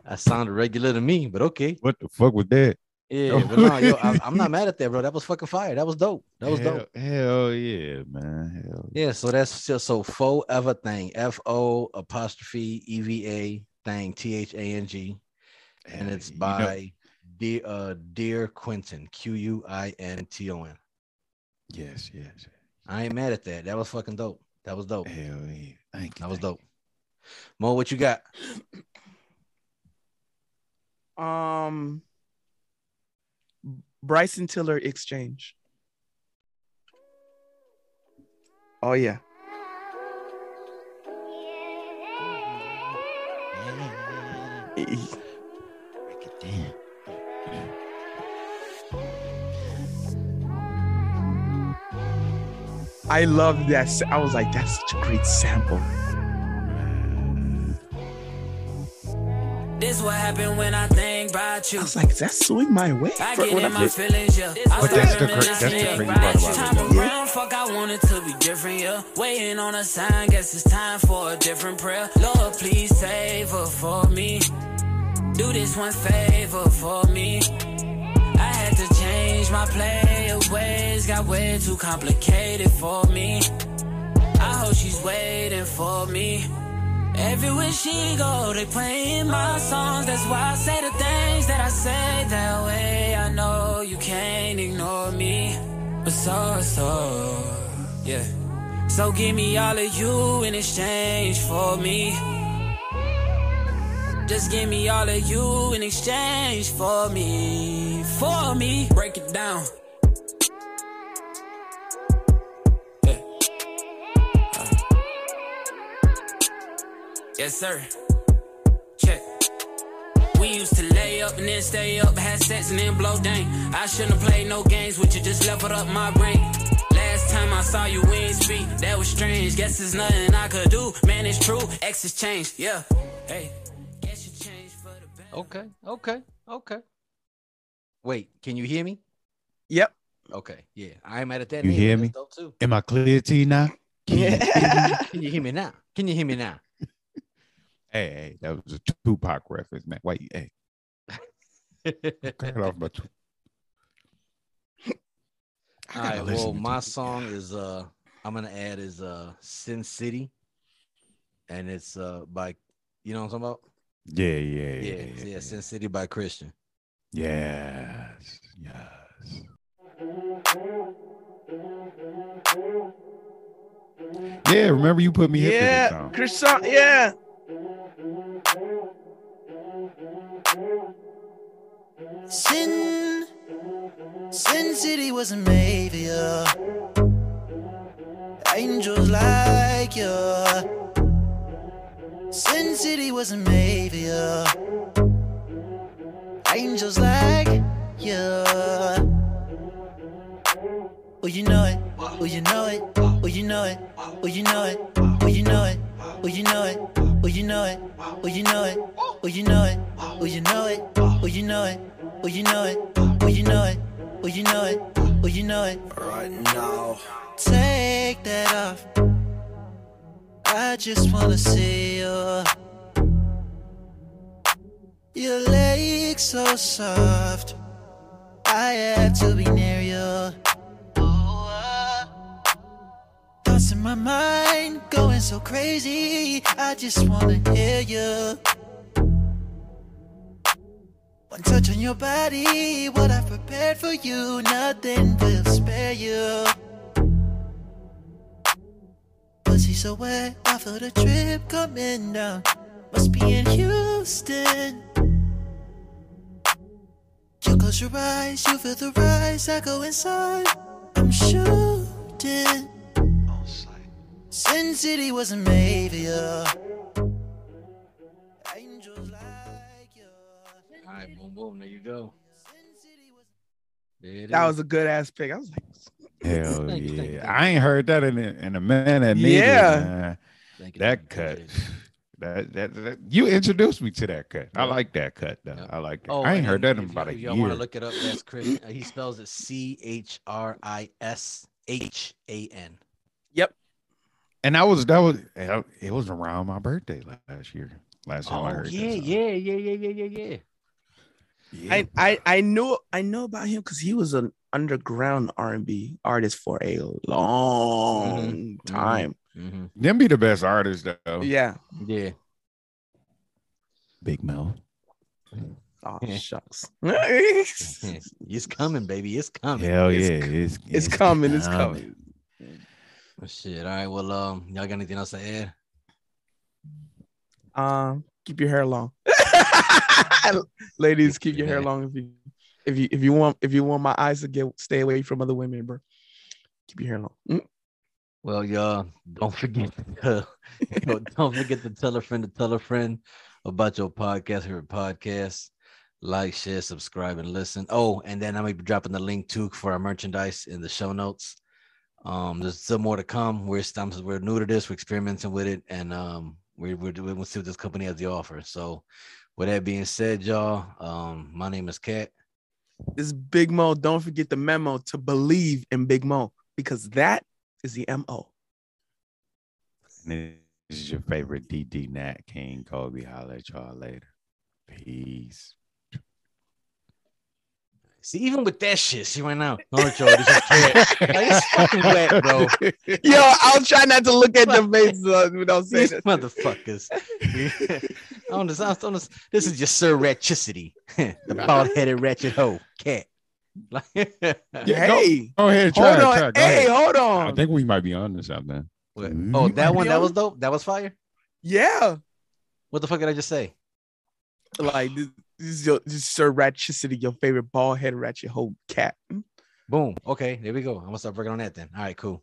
Speaker 2: I sounded regular to me, but okay.
Speaker 3: What the fuck was that?
Speaker 2: Yeah, but no, yo, I, am not mad at that, bro. That was fucking fire. That was dope. That was
Speaker 3: hell,
Speaker 2: dope.
Speaker 3: Hell yeah, man. Hell yeah.
Speaker 2: Yeah, so that's just so faux ever thing. F O apostrophe E V A thing T H A N G, and
Speaker 3: Hell
Speaker 2: it's
Speaker 3: yeah. You know-
Speaker 2: by dear uh dear Quentin Q U I N T O N.
Speaker 3: yes, yes.
Speaker 2: I ain't mad at that. That was fucking dope. That was dope.
Speaker 3: Hell yeah. Thank you.
Speaker 2: That was
Speaker 3: thank
Speaker 2: dope. Mo, what you got?
Speaker 8: Um Bryson Tiller exchange. Oh yeah.
Speaker 3: you. Break it down.
Speaker 8: I love that. s- I was like, that's such a great sample.
Speaker 1: This what happened when I think about you.
Speaker 8: I was like, that's swing my way.
Speaker 1: I
Speaker 8: For-
Speaker 1: get
Speaker 8: when
Speaker 1: in
Speaker 8: I-
Speaker 1: my feelings, yeah. I
Speaker 7: But that's the
Speaker 1: remember
Speaker 7: cra- that's the
Speaker 1: nothing
Speaker 7: crazy part about
Speaker 1: Time
Speaker 7: it, yeah.
Speaker 1: around, fuck, I wanted to be different, yeah. Waiting on a sign, guess it's time for a different prayer. Lord, please save her for me. Do this one favor for me. I had to change my play ways, got way too complicated for me. I hope she's waiting for me. Everywhere she go, they playing my songs. That's why I say the things that I say that way. I know you can't ignore me, but so so yeah. So give me all of you in exchange for me. Just give me all of you in exchange for me, for me. Break it down. Yes, sir. Check. We used to lay up and then stay up, had sex and then blow dang. I shouldn't have played no games with you, just leveled up my brain. Last time I saw you, we ain't speak. That was strange. Guess there's nothing I could do. Man, it's true. X has changed. Yeah. Hey. Guess you changed for the better.
Speaker 2: Okay, okay, okay. Wait, can you hear me?
Speaker 8: Yep.
Speaker 2: Okay, yeah, I'm at a dead.
Speaker 7: You
Speaker 2: end,
Speaker 7: hear
Speaker 2: but
Speaker 7: me?
Speaker 2: that's dope too.
Speaker 7: Am I clear to you now? Can you-
Speaker 2: Can you hear me now? Can you hear me now?
Speaker 7: hey, hey, that was a Tupac reference, man. Why you hey, cut off my Tupac.
Speaker 2: All right, well, my song is uh I'm gonna add is uh Sin City, and it's uh by you know what I'm talking about?
Speaker 7: Yeah, yeah,
Speaker 2: Yeah,
Speaker 7: yeah.
Speaker 2: yeah, Sin City by Christian.
Speaker 7: Yes, yes. Yeah, remember you put me hip to
Speaker 8: yeah,
Speaker 7: this song.
Speaker 8: croissant. Yeah.
Speaker 3: Sin, Sin City was a maybe. yeah. Angels like you. Sin City was a maybe. yeah. Angels like you. Well, you know it. Well, you know it. Well, you know it. Well, you know it. Well, you know it. Well, you know it. Well, you know it. Well, you know it. Well, you know it. Well, you know it. Well, you know it. Well, you know it. Well, you know it. Well, you know it. Well, you know it.
Speaker 9: Right now.
Speaker 3: Take that off. I just wanna see your your legs so soft. I have to be near you. Oh, uh, thoughts in my mind going so crazy. I just wanna hear you. One touch on your body, what I prepared for you, nothing will spare you. Pussy so wet, I feel the drip coming down. Must be in Houston. You close your eyes, you feel the rise. I go inside, I'm shooting. Sin City was a maybe. yeah. Angels like you.
Speaker 2: All right, boom, boom, there you go.
Speaker 3: Sin City was
Speaker 2: There it
Speaker 8: That
Speaker 2: is.
Speaker 8: was a good ass pick. I was like,
Speaker 7: Hell
Speaker 2: Thank you, thank you,
Speaker 7: yeah.
Speaker 2: thank
Speaker 7: I ain't heard that in a, in a minute. neither,
Speaker 8: Yeah.
Speaker 7: man.
Speaker 2: Thank you,
Speaker 7: That
Speaker 2: thank you,
Speaker 7: cut.
Speaker 2: appreciate it.
Speaker 7: That, that that you introduced me to that cut. I
Speaker 2: Yeah.
Speaker 7: like that cut though.
Speaker 2: Yeah.
Speaker 7: I like that.
Speaker 2: Oh,
Speaker 7: I ain't
Speaker 2: and
Speaker 7: heard
Speaker 2: then
Speaker 7: that in
Speaker 2: if
Speaker 7: about
Speaker 2: y-
Speaker 7: a
Speaker 2: if
Speaker 7: year.
Speaker 2: Y'all want to look it up? That's Christian. He spells it C H E R I S H A N.
Speaker 7: and that was that was hell, it was around my birthday last year. Last time I
Speaker 2: Oh
Speaker 7: heard that
Speaker 2: yeah,
Speaker 7: song.
Speaker 2: yeah, yeah, yeah, yeah, yeah, yeah.
Speaker 7: yeah.
Speaker 8: I I I knew I know about him because he was an underground R and B artist for a long time.
Speaker 2: hmm
Speaker 7: Them be the best artists though.
Speaker 8: Yeah.
Speaker 2: Yeah.
Speaker 7: Big Mel.
Speaker 8: Oh shucks.
Speaker 2: it's coming, baby. It's coming.
Speaker 7: Hell
Speaker 8: It's
Speaker 7: yeah, it's,
Speaker 8: it's coming, it's coming.
Speaker 2: Shit. All right. Well, um, y'all got anything else to add?
Speaker 8: um, keep your hair long, ladies. Keep your hair
Speaker 2: Yeah.
Speaker 8: long if you if you if you want if you want my eyes to get stay away from other women, bro. Keep your hair long. Mm.
Speaker 2: Well, y'all don't forget to don't, don't forget to tell a friend to tell a friend about your podcast here at podcast. Like, share, subscribe, and listen. Oh, and then I'm gonna be dropping the link too for our merchandise in the show notes. Um, there's still more to come. We're I'm, we're new to this. We're experimenting with it, and um, we're we're doing. We'll see what this company has to offer. So, with that being said, y'all, um, my name is Kat.
Speaker 8: This is Big Mo. Don't forget the memo to believe in Big Mo because that is the mo.
Speaker 7: And this is your favorite DD Nat King Kobe. Holla at y'all later. Peace.
Speaker 2: See, even with that shit, she went out. No, Joe, this is Kat. Like, it's fucking wet, bro.
Speaker 8: Yo, I'll try not to look at your faces uh, without saying
Speaker 2: These
Speaker 8: that.
Speaker 2: motherfuckers. on this, on this, this is just Sir Ratchicity, the bald headed ratchet hoe cat.
Speaker 7: Yeah,
Speaker 2: hey,
Speaker 7: go-
Speaker 8: Hey,
Speaker 7: Go ahead. Try,
Speaker 8: hold
Speaker 7: it,
Speaker 8: on.
Speaker 7: try it. Go
Speaker 8: hey,
Speaker 7: ahead.
Speaker 8: hold on.
Speaker 7: I think we might be on to something.
Speaker 2: oh,
Speaker 7: We
Speaker 2: that
Speaker 7: might
Speaker 2: one,
Speaker 7: be
Speaker 2: that
Speaker 7: on-
Speaker 2: was dope. That was fire.
Speaker 8: yeah,
Speaker 2: What the fuck did I just say?
Speaker 8: like this, this is your this is Sir Ratchicity, your favorite bald head ratchet whole cat.
Speaker 2: Boom. Okay, there we go. I'm gonna start working on that then. All right, cool.